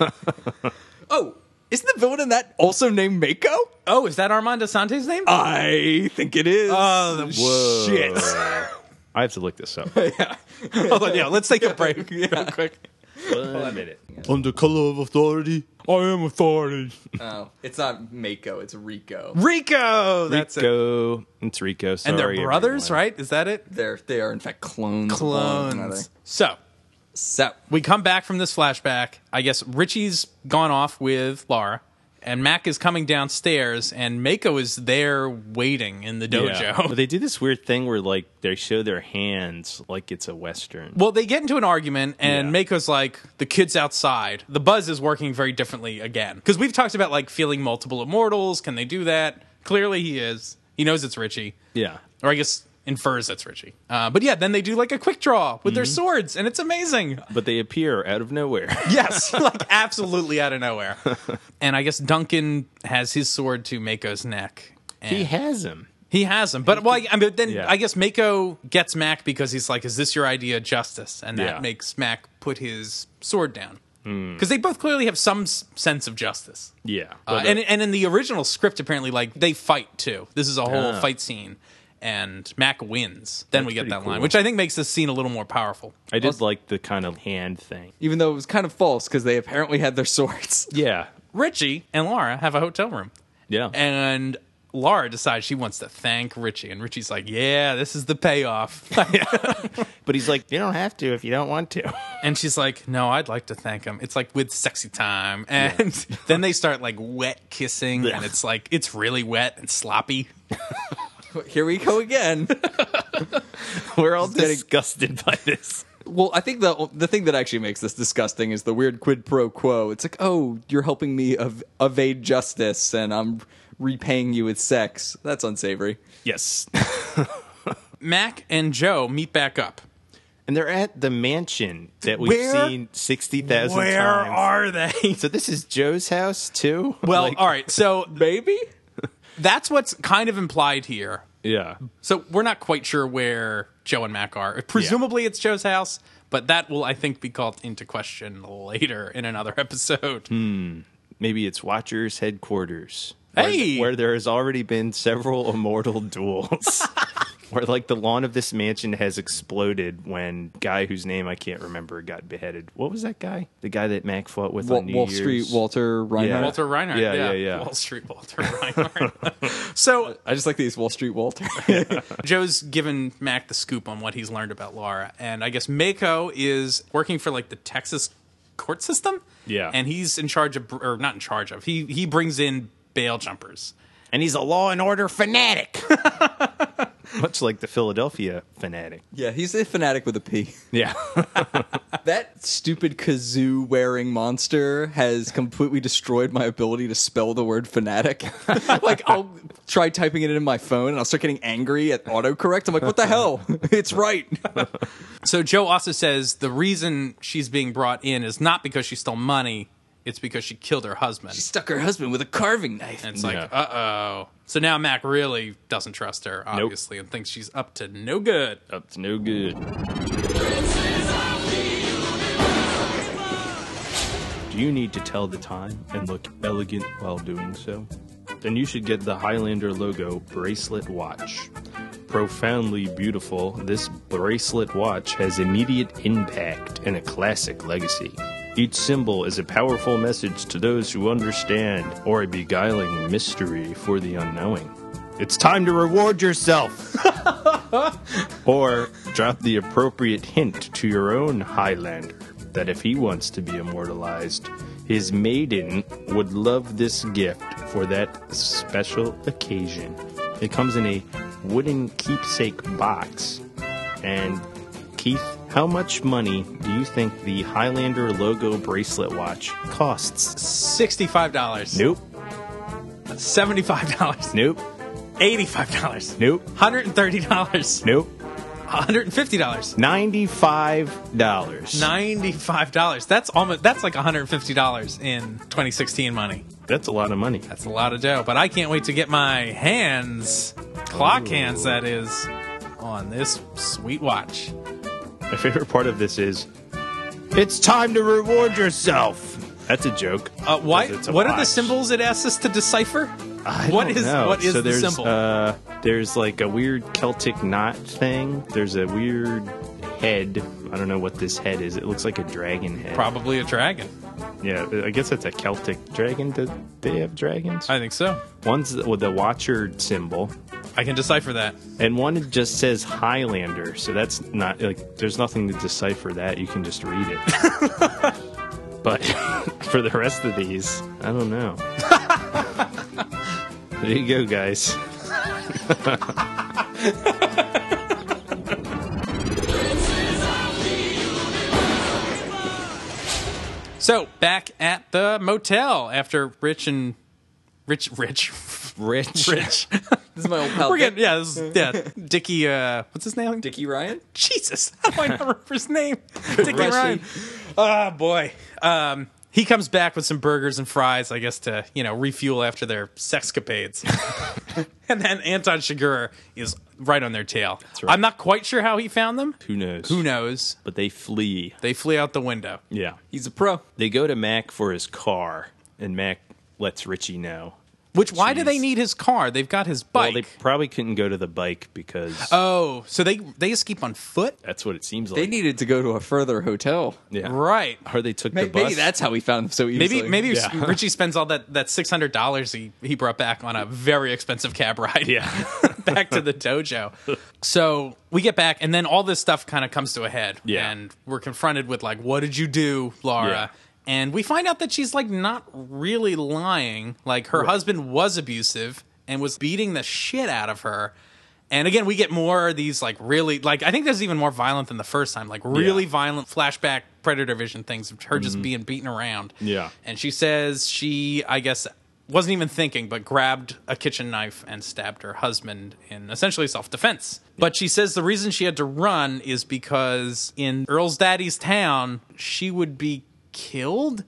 E: oh, isn't the villain in that also named Mako?
C: Oh, is that Armand Sante's name?
E: I think it is.
C: Oh, the-
D: Whoa.
E: shit.
D: I have to look this up.
C: Hold on, Oh, yeah, let's take a break.
E: yeah.
D: One minute.
B: Under color of authority, I am authority.
E: Oh, it's not Mako. It's Rico.
C: Rico. That's it.
D: Rico. It's Rico. Sorry,
C: And they're brothers, right? Is that it?
E: They're they are in fact clones. of one another.
C: Clones. So
E: So
C: we come back from this flashback. I guess Richie's gone off with Laura, and Mac is coming downstairs, and Mako is there waiting in the dojo.
D: Yeah. But they do this weird thing where like they show their hands like it's a western.
C: Well, they get into an argument, and
D: Yeah.
C: Mako's like, the kid's outside. The buzz is working very differently again. Because we've talked about like feeling multiple immortals. Can they do that? Clearly, he is. He knows it's Richie.
D: yeah.
C: Or I guess infers it's Richie. Uh, but yeah, then they do like a quick draw with their swords, and it's amazing.
D: But they appear out of nowhere.
C: Yes, like absolutely out of nowhere. And I guess Duncan has his sword to Mako's neck. And
D: he has him.
C: He has him, but well, I mean, then
D: Yeah.
C: I guess Mako gets Mac because he's like, "Is this your idea of justice?" And that
D: Yeah. Hmm.
C: makes Mac put his sword down because they both clearly have some s- sense of justice.
D: Yeah.
C: Uh, and and in the original script, apparently, like they fight too. This is a whole
D: Ah.
C: fight scene, and Mac wins. Then we get
D: pretty
C: that line,
D: cool.
C: which I think makes this scene a little more powerful.
D: I did like the kind of hand thing.
E: Even though it was kind of false because they apparently had their swords.
D: Yeah.
C: Richie and Laura have a hotel room,
D: Yeah.
C: and Laura decides she wants to thank Richie, and Richie's like, "Yeah, this is the payoff."
D: but he's like, you don't have to if you don't want to.
C: And she's like, "No, I'd like to thank him." It's like with sexy time, and then they start like wet kissing, and it's like it's really wet and sloppy.
E: Here we go again.
D: We're all
E: getting-
D: disgusted by this.
E: well, I think the the thing that actually makes this disgusting is the weird quid pro quo. It's like, oh, you're helping me ev- evade justice, and I'm repaying you with sex. That's unsavory.
D: Yes.
C: Mac and Joe meet back up.
D: And they're at the mansion that we've
C: Where-
D: seen 60,000 times.
C: Where are they?
D: So this is Joe's house too?
C: well,
D: Like-
C: all right. So
E: Maybe
C: that's what's kind of implied here.
D: Yeah.
C: So we're not quite sure where Joe and Mac are. Presumably, it's Joe's house, but that will, I think, be called into question later in another episode.
D: Hmm. Maybe it's Watcher's headquarters. where-
C: Hey!
D: Where, there has already been several immortal duels. where like the lawn of this mansion has exploded when guy whose name I can't remember got beheaded. What was that guy? The guy that Mac fought with
E: Wall,
D: on New
E: Wall
D: Year's.
E: Street Walter Reinhardt.
C: Walter Reinhardt.
D: Yeah, yeah, yeah.
C: Wall Street Walter Reinhardt. so
E: I just like these Wall Street Walter.
C: Joe's given Mac the scoop on what he's learned about Laura, and I guess Mako is working for like the Texas court system.
D: Yeah.
C: and he's in charge of, or not in charge of. He he brings in bail jumpers.
D: And he's a law and order fanatic. Much like the Philadelphia fanatic.
E: yeah, he's a fanatic with a P.
D: Yeah.
E: That stupid kazoo wearing monster has completely destroyed my ability to spell the word fanatic. like,
C: oh,
E: I'll try typing it in my phone and I'll start getting angry at autocorrect. I'm like, what the hell? It's right.
C: So Joe also says the reason she's being brought in is not because she stole money; it's because she killed her husband.
E: Stuck her husband with a carving knife.
C: And it's like,
D: Yeah.
C: uh oh. So now Mac really doesn't trust her, obviously, and thinks she's up to no good.
D: Up to no good. Do you need to tell the time and look elegant while doing so? Then you should get the Highlander logo bracelet watch. Profoundly beautiful, this bracelet watch has immediate impact and a classic legacy. Each symbol is a powerful message to those who understand or a beguiling mystery for the unknowing. It's time to reward yourself! Or drop the appropriate hint to your own Highlander that if he wants to be immortalized, his maiden would love this gift for that special occasion. It comes in a wooden keepsake box. And Keith, how much money do you think the Highlander logo bracelet watch costs?
C: $65.
D: Nope,
C: $75.
D: nope,
C: $85.
D: nope,
C: $130.
D: nope.
C: $150.
D: $95.
C: $95. That's almost that's like $150 in 2016 money.
D: That's a lot of money.
C: That's a lot of dough, but I can't wait to get my hands, clock hands that is, on this sweet watch.
D: My favorite part of this is it's time to reward yourself. That's a joke.
C: Uh, why?
D: 'Cause it's a
C: What are the
D: watch.
C: symbols it asks us to decipher?
D: I
C: what
D: don't
C: is-
D: know.
C: what is
D: so
C: the
D: there's,
C: symbol?
D: Uh, there's like a weird Celtic knot thing. There's a weird head. I don't know what this head is. It looks like a dragon head.
C: Probably a dragon.
D: Yeah, I guess that's a Celtic dragon. Do they have dragons?
C: I think so.
D: One's with the Watcher symbol,
C: I can decipher that.
D: and one just says Highlander. So that's not like there's nothing to decipher that. You can just read it. but for the rest of these, I don't know. There you go, guys.
C: So back at the motel after Rich and Rich Rich
D: Rich.
C: Rich.
E: This is my old pal.
D: Oh,
C: We're getting yeah, this is, yeah. Dickie uh what's his name?
E: Dickie Ryan.
C: Jesus, how do I not remember his name? Dickie
E: Rusty.
C: Ryan. Ah, boy. Um, he comes back with some burgers and fries, I guess, to you know refuel after their sexcapades. and then Anton Chigurh is right on their tail.
D: right.
C: I'm not quite sure how he found them.
D: Who knows?
C: Who knows?
D: But they flee.
C: They flee out the window.
D: Yeah.
E: He's a pro.
D: They go to Mac for his car, and Mac lets Richie know.
C: Which why do
D: Jeez.
C: they need his car? They've got his
D: Well,
C: bike.
D: they probably couldn't go to the bike because
C: oh, so they they escape on foot?
D: that's what it seems like.
E: They needed to go to a further hotel.
D: yeah.
C: Right.
D: Or they took
E: May-
D: the bus.
E: Maybe that's how he found them so
C: Maybe
E: easily.
C: maybe
D: yeah.
C: Richie spends all that that six hundred dollars he he brought back on a very expensive cab ride.
D: Yeah.
C: back to the dojo. So we get back, and then all this stuff kind of comes to a head.
D: Yeah.
C: And we're confronted with, like, what did you do, Laura?
D: Yeah.
C: And we find out that she's, like, not really lying. Like, her husband was abusive and was beating the shit out of her. And again, we get more of these, like, really, like, I think this is even more violent than the first time. Like, really
D: Yeah. Mm-hmm.
C: violent flashback predator vision things of her just being beaten around.
D: Yeah.
C: And she says she, I guess, wasn't even thinking, but grabbed a kitchen knife and stabbed her husband in essentially self defense. But she says the reason she had to run is because in Earl's daddy's town, she would be killed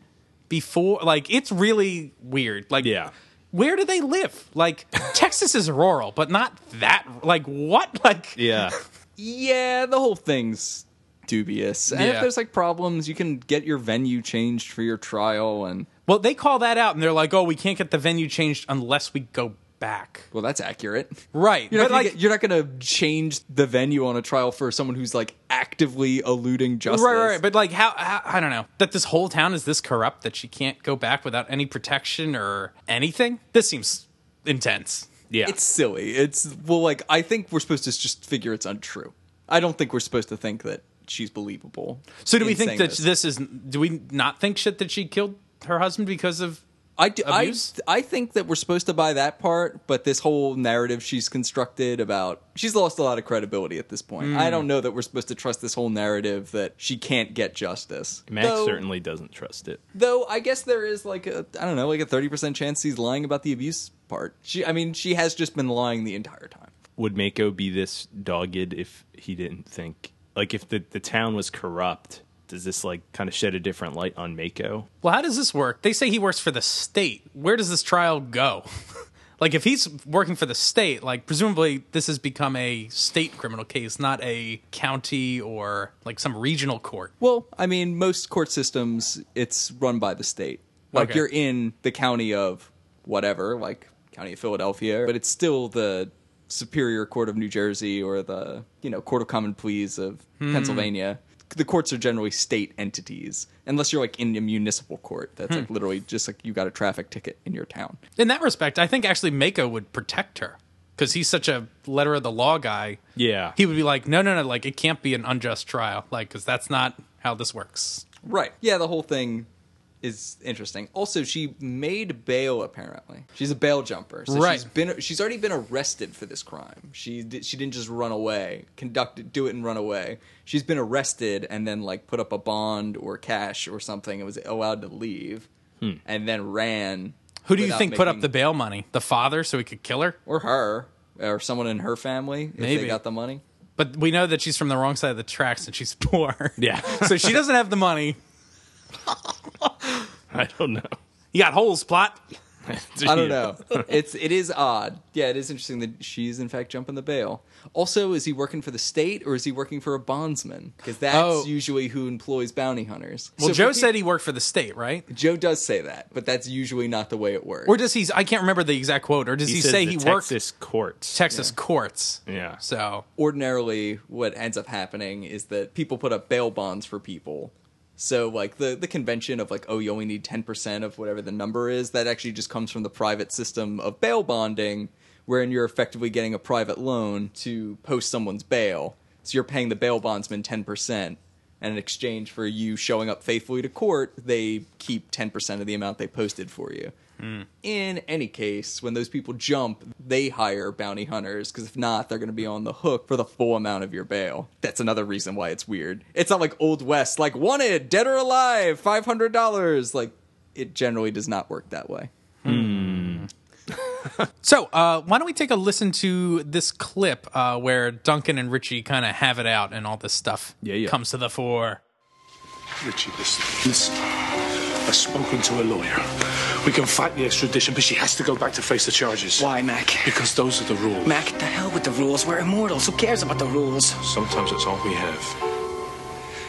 C: before. Like, it's really weird. Like,
D: Yeah.
C: Where do they live? Like, Texas is rural, but not that. Like, what? Like,
D: Yeah.
E: Yeah, the whole thing's dubious. And if
C: Yeah.
E: there's like problems, you can get your venue changed for your trial and
C: well, they call that out and they're like, oh, we can't get the venue changed unless we go back.
E: well, that's accurate.
C: Right.
E: You're not,
C: but
E: gonna
C: like,
E: get- you're not gonna change the venue on a trial for someone who's like actively eluding justice.
C: Right, right, right. But like, how, how? I don't know that this whole town is this corrupt that she can't go back without any protection or anything. This seems intense.
D: Yeah.
E: it's silly. It's well, like I think we're supposed to just figure it's untrue. I don't think we're supposed to think that she's believable.
C: So do
E: in
C: we think
E: saying
C: that this. is? Do we not think shit that she killed her husband because of?
E: I, do, I,
C: Abuse?
E: I think that we're supposed to buy that part, but this whole narrative she's constructed about she's lost a lot of credibility at this point. I don't know that we're supposed to trust this whole narrative that she can't get justice.
D: Mac
E: though,
D: certainly doesn't trust it.
E: though I guess there is like a I don't know like a thirty percent chance he's lying about the abuse part. She I mean she has just been lying the entire time.
D: Would Mako be this dogged if he didn't think like if the, the town was corrupt? Does this like kind of shed a different light on Mako?
C: Well, how does this work? They say he works for the state. Where does this trial go? like, if he's working for the state, like presumably this has become a state criminal case, not a county or like some regional court.
E: Well, I mean most court systems it's run by the state. Like
C: Okay.
E: you're in the county of whatever, like county of Philadelphia, but it's still the Superior Court of New Jersey or the you know Court of Common Pleas of Pennsylvania. The courts are generally state entities, unless you're like in a municipal court. That's like literally just like you got a traffic ticket in your town.
C: in that respect, I think actually Mako would protect her because he's such a letter of the law guy.
D: Yeah.
C: He would be like, no, no, no, like it can't be an unjust trial, like because that's not how this works.
E: Right. Yeah, the whole thing is interesting. Also, she made bail apparently. She's a bail jumper. So
C: Right.
E: she's been she's already been arrested for this crime. She did, she didn't just run away, conduct it, do it and run away. She's been arrested and then like put up a bond or cash or something and was allowed to leave and then ran.
C: Hmm. Who do you
E: without
C: think put up
E: making-
C: the bail money? The father, so he could kill her.
E: or her or someone in her family if
C: Maybe.
E: they got the money?
C: But we know that she's from the wrong side of the tracks and she's poor.
D: Yeah.
C: so she doesn't have the money.
D: I don't know.
C: You got holes, plot.
E: I don't know. It's it is odd. Yeah, it is interesting that she's in fact jumping the bail. Also, is he working for the state or is he working for a bondsman? Because that's
C: Oh.
E: usually who employs bounty hunters.
C: Well,
E: So
C: Joe
E: for pe-
C: said he worked for the state, right?
E: Joe does say that, but that's usually not the way it works.
C: Or does he? I can't remember the exact quote. Or does he,
D: He,
C: say he worked
D: Texas courts.
C: Texas courts?
D: Yeah.
C: So
E: Ordinarily, what ends up happening is that people put up bail bonds for people. So like the the convention of like oh you only need ten percent of whatever the number is that actually just comes from the private system of bail bonding, wherein you're effectively getting a private loan to post someone's bail. So you're paying the bail bondsman ten percent, And in exchange for you showing up faithfully to court, they keep 10% of the amount they posted for you. In any case, when those people jump, they hire bounty hunters because if not, they're going to be on the hook for the full amount of your bail. That's another reason why it's weird. It's not like Old West, like wanted, dead or alive, $500. Like, it generally does not work that way.
C: So, uh, why don't we take a listen to this clip uh, where Duncan and Richie kind of have it out and all this stuff
D: Yeah, yeah.
C: comes to the fore?
F: Richie, listen, listen. I've spoken to a lawyer. We can fight the extradition, but she has to go back to face the charges.
G: Why, Mac?
F: Because those are the rules.
G: Mac, the hell with the rules. We're immortals. Who cares about the rules?
F: Sometimes it's all we have.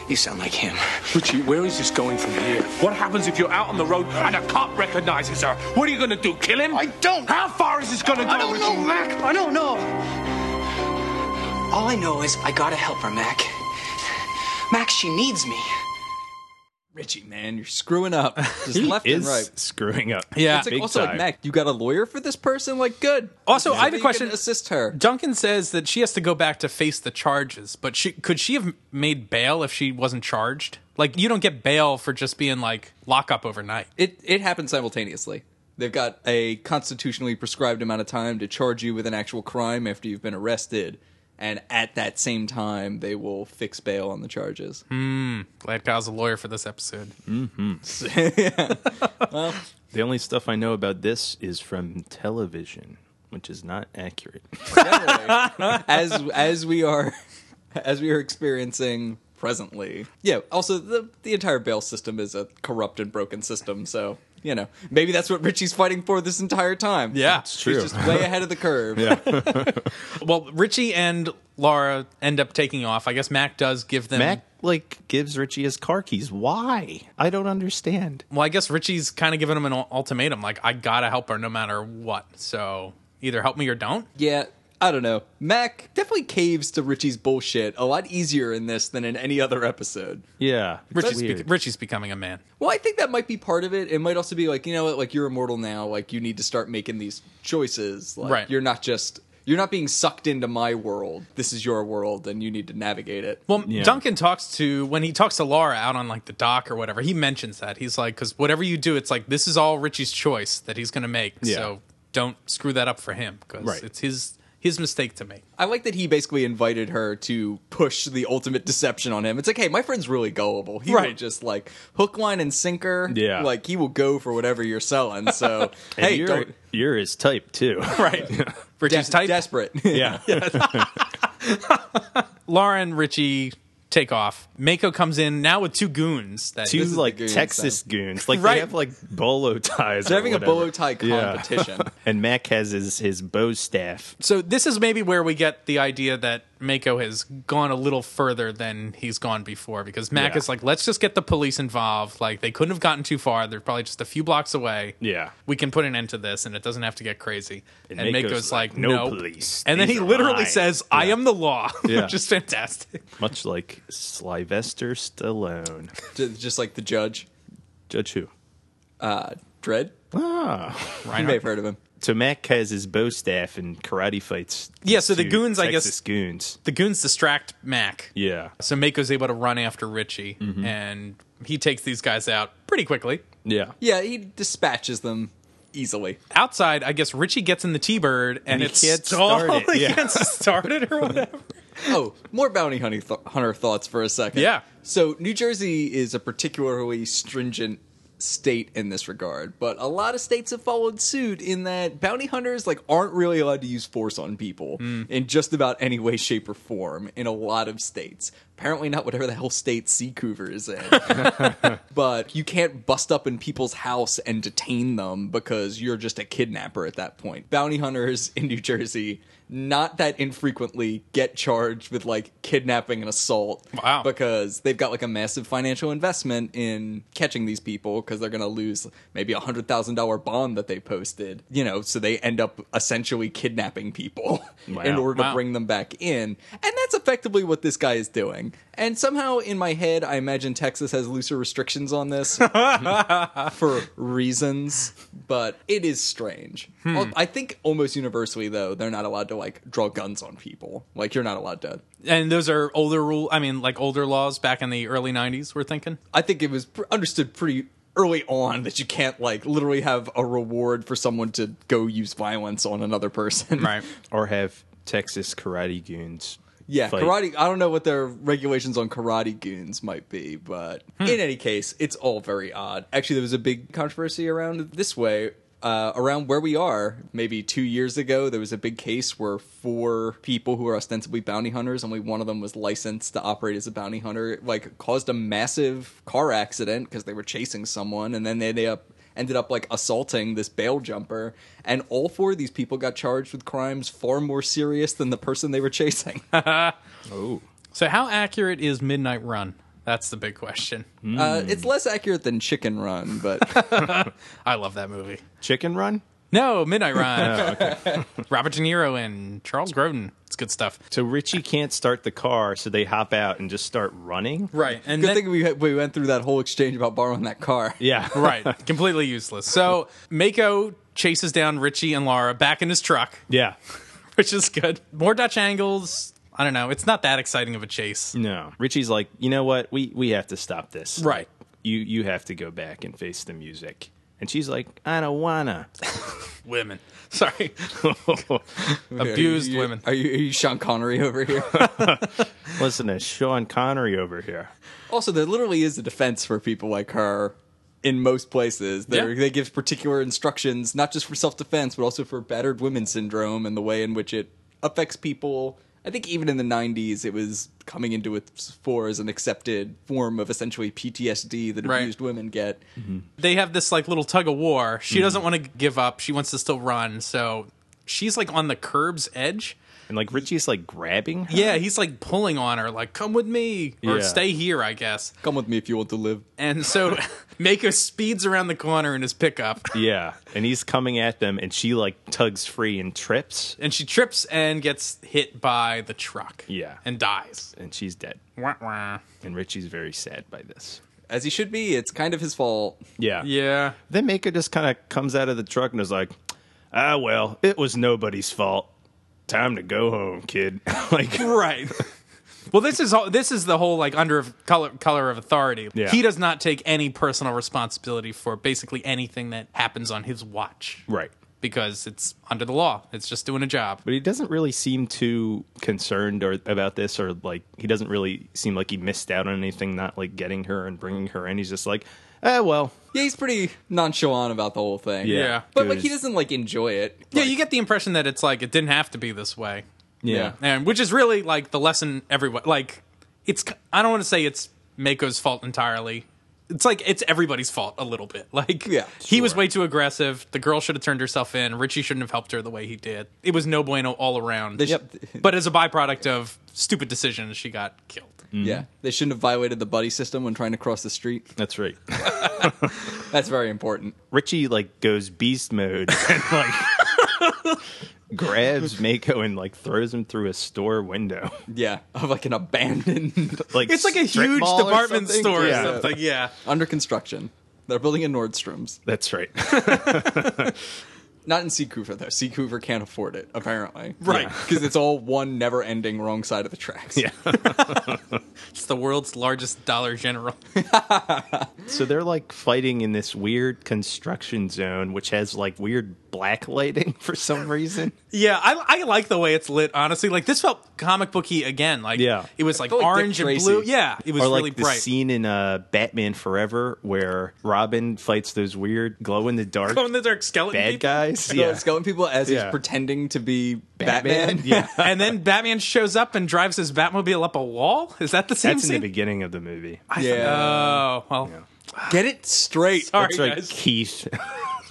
G: You sound like him.
F: Richie, where is this going from here? What happens if you're out on the road and a cop recognizes her? What are you gonna do? Kill him?
G: I don't-
F: How far is this gonna go,
G: I don't
F: Richie?
G: know, Mac. I don't know. All I know is I gotta help her, Mac. Mac, she needs me.
E: Richie, man, you're screwing up. Just left
D: is
E: and right.
D: screwing up.
C: Yeah.
E: It's like,
D: big
E: also, like,
D: time.
E: Mac, you got a lawyer for this person? Like, good.
C: Also, I
E: Yeah.
C: have a
E: You can
C: question.
E: assist her.
C: Duncan says that she has to go back to face the charges, but she could she have made bail if she wasn't charged? Like, you don't get bail for just being like lockup overnight.
E: It it happens simultaneously. They've got a constitutionally prescribed amount of time to charge you with an actual crime after you've been arrested, and at that same time, they will fix bail on the charges.
C: Glad Kyle's a lawyer for this episode.
D: The only stuff I know about this is from television, which is not accurate.
E: as as we are as we are experiencing presently. Yeah. Also, the the entire bail system is a corrupt and broken system. So you know, maybe that's what Richie's fighting for this entire time.
C: Yeah.
E: She's just way ahead of the curve.
C: Well, Richie and Laura end up taking off. I guess Mac does give them
D: Mac like gives Richie his car keys. Why? I don't understand.
C: Well, I guess Richie's kind of giving him an ul- ultimatum, like I gotta help her no matter what. So either help me or don't.
E: Yeah, I don't know. Mac definitely caves to Richie's bullshit a lot easier in this than in any other episode.
D: Yeah,
C: Richie's, bec- Richie's becoming a man.
E: Well, I think that might be part of it. It might also be like, you know what, like you're immortal now, like you need to start making these choices. Like
C: Right.
E: you're not just you're not being sucked into my world. This is your world and you need to navigate it.
C: Well, Duncan talks to when he talks to Laura out on like the dock or whatever. He mentions that he's like, because whatever you do, it's like this is all Richie's choice that he's gonna make.
D: Yeah.
C: So don't screw that up for him because
D: Right.
C: it's his his mistake to make.
E: I like that he basically invited her to push the ultimate deception on him. It's like, hey, my friend's really gullible. He will
C: Right.
E: just like hook, line, and sinker.
D: Yeah.
E: Like he will go for whatever you're selling. So
D: And
E: hey,
D: you're,
E: don't
D: you're his type too.
C: Right. Richie's
E: des-
C: type.
E: desperate.
D: yeah.
C: Laura and Richie take off. Mako comes in now with two goons. That
D: Two
E: This is
D: like
E: the goons,
D: Texas goons. Like
C: Right.
D: they have like bolo ties.
E: They're
D: or
E: having a
D: whatever.
E: bolo tie
D: Yeah.
E: competition.
D: And Mac has his his bow staff.
C: So this is maybe where we get the idea that Mako has gone a little further than he's gone before because Mac
D: Yeah.
C: is like, let's just get the police involved. Like they couldn't have gotten too far. They're probably just a few blocks away.
D: Yeah.
C: We can put an end to this and it doesn't have to get crazy. And,
D: And
C: Mako's,
D: Mako's
C: like,
D: like,
C: no
D: "No, police.
C: And then
D: These
C: he
D: are
C: literally
D: mine."
C: says, I am the law,
D: Yeah.
C: which is fantastic.
D: Much like Sylvester Stallone.
E: Ju- just like the judge.
D: Judge who?
E: Dread?
D: Ah.
E: You may have heard of him.
D: So Mac has his bow staff and karate fights.
C: Yeah, so the
D: two
C: goons, I
D: Texas
C: guess-
D: goons.
C: The goons distract Mac.
D: Yeah, Mm-hmm.
C: So Mako's able to run after Richie and he takes these guys out pretty quickly.
D: yeah,
E: Yeah, he dispatches them easily.
C: outside, I guess Richie gets in the T Bird and,
D: And he
C: it
D: can't
C: stall-
D: start it,
C: he
D: yeah.
C: can't start it or whatever.
E: Oh, more bounty hunting th- hunter thoughts for a second.
C: Yeah.
E: So New Jersey is a particularly stringent state in this regard, but a lot of states have followed suit in that bounty hunters like aren't really allowed to use force on people
D: Mm.
E: in just about any way, shape, or form in a lot of states. Apparently, not whatever the hell state Seacouver is in. but you can't bust up in people's house and detain them because you're just a kidnapper at that point. Bounty hunters in New Jersey not that infrequently get charged with like kidnapping and assault
C: Wow.
E: because they've got like a massive financial investment in catching these people because they're going to lose maybe a hundred thousand dollar bond that they posted you know so they end up essentially kidnapping people in order to
C: Wow.
E: bring them back in and that's effectively what this guy is doing. And somehow in my head, I imagine Texas has looser restrictions on this for reasons, but it is strange.
C: Hmm.
E: Al- I think almost universally, though, they're not allowed to like draw guns on people. Like, you're not allowed to.
C: And those are older rule. I mean, like older laws back in the early '90s. We're thinking.
E: I think it was pr- understood pretty early on that you can't like literally have a reward for someone to go use violence on another person.
D: or have Texas karate goons.
E: Yeah,
D: fight.
E: karate. I don't know what their regulations on karate goons might be, but in any case, it's all very odd. Actually, there was a big controversy around it this way. Uh, around where we are, maybe two years ago, there was a big case where four people who are ostensibly bounty hunters, only one of them was licensed to operate as a bounty hunter, like caused a massive car accident because they were chasing someone, and then they ended up ended up like assaulting this bail jumper and all four of these people got charged with crimes far more serious than the person they were chasing
C: So, how accurate is Midnight Run? That's the big question.
E: Uh,
C: Hmm.
E: it's less accurate than Chicken Run, but
C: I love that movie.
D: Chicken Run?
C: No, Midnight Run.
D: Oh,
C: Robert De Niro and Charles Grodin. It's good stuff.
D: So Richie can't start the car, so they hop out and just start running.
C: Right. And
E: good
C: then-
E: thing we had- we went through that whole exchange about borrowing that car.
D: Yeah,
C: right. Completely useless. So Mako chases down Richie and Laura back in his truck,
D: yeah.
C: which is good. More Dutch angles. I don't know. It's not that exciting of a chase.
D: No, Richie's like, you know what? We we have to stop this.
C: Right.
D: You you have to go back and face the music. And she's like, I don't wanna.
C: Women. Sorry. Abused
E: Are you-
C: women.
E: Are you, are you Sean Connery over here?
D: Listen to Sean Connery over here.
E: also, there literally is a defense for people like her in most places. They're,
C: Yeah.
E: They give particular instructions, not just for self defense, but also for battered women syndrome and the way in which it affects people. I think even in the 90s, it was coming into its fore as an accepted form of essentially PTSD that
C: Right.
E: abused women get.
C: They have this like little tug of war. She doesn't want to give up. She wants to still run. So she's like on the curb's edge.
D: And like Richie's like grabbing her.
C: Yeah, he's like pulling on her, like, come with me or
D: Yeah.
C: stay here, I guess.
E: Come with me if you want to live.
C: And so Mako speeds around the corner in his pickup
D: Yeah. And he's coming at them and she like tugs free and trips
C: and she trips and gets hit by the truck.
D: Yeah.
C: And dies.
D: and she's dead.
C: Wah, wah.
D: And Richie's very sad by this.
E: As he should be, it's kind of his fault.
D: Yeah.
C: Yeah.
D: Then Maker just kind of comes out of the truck and is like, ah, well, it was nobody's fault. Time to go home, kid. like,
C: Right. Well, this is all, this is the whole like under of color color of authority.
D: Yeah.
C: He does not take any personal responsibility for basically anything that happens on his watch
D: right.
C: because it's under the law. It's just doing a job.
D: But he doesn't really seem too concerned or about this, or like he doesn't really seem like he missed out on anything, not like getting her and bringing her in. He's just like, ah, well,
E: Yeah, he's pretty nonchalant about the whole thing.
D: Yeah.
C: Yeah.
E: But
D: Good.
E: like he doesn't like enjoy it.
C: Yeah, you get the impression that it's like it didn't have to be this way.
D: yeah.
C: And which is really like the lesson everyone like it's I don't want to say it's Mako's fault entirely. It's like it's everybody's fault a little bit. Like
E: Yeah,
C: he was way too aggressive. The girl should have turned herself in. Richie shouldn't have helped her the way he did. It was no bueno all around.
E: They sh- Yep.
C: but as a byproduct of stupid decisions, she got killed.
D: Mm-hmm.
E: Yeah. They shouldn't have violated the buddy system when trying to cross the street.
D: That's right.
E: That's very important.
D: Richie like goes beast mode and like grabs Mako and like throws him through a store window.
E: Yeah. Of like an abandoned
D: Like
C: It's like a
D: strip
C: huge
D: mall or
C: department
D: something?
C: store
D: Yeah.
C: or something. Yeah.
E: under construction. They're building a Nordstrom's.
D: That's right.
E: Not in Seacouver though. Seacouver can't afford it, apparently.
C: Right.
E: Because it's all one never ending wrong side of the tracks. Yeah.
C: It's the world's largest Dollar General.
D: So they're like fighting in this weird construction zone, which has like weird black lighting for some reason.
C: Yeah, I, I like the way it's lit. Honestly, like this felt comic booky again. Like
D: Yeah.
C: it was like
E: felt like Dick
C: orange and
E: Tracy.
C: blue. Yeah, it was
D: or like
C: really
D: the
C: bright.
D: scene in uh, Batman Forever where Robin fights those weird glow in the dark
C: Glow in the dark skeleton
D: bad
C: people.
D: guys.
E: So
D: Yeah.
E: it's going people as
D: Yeah.
E: he's pretending to be Batman.
D: Batman. Yeah.
C: and then Batman shows up and drives his Batmobile up a wall. Is that the same
D: That's in the
C: scene?
D: beginning of the movie.
E: Yeah.
C: oh well,
D: Uh,
E: Get it straight.
C: sorry
D: That's right,
C: guys.
D: Keith.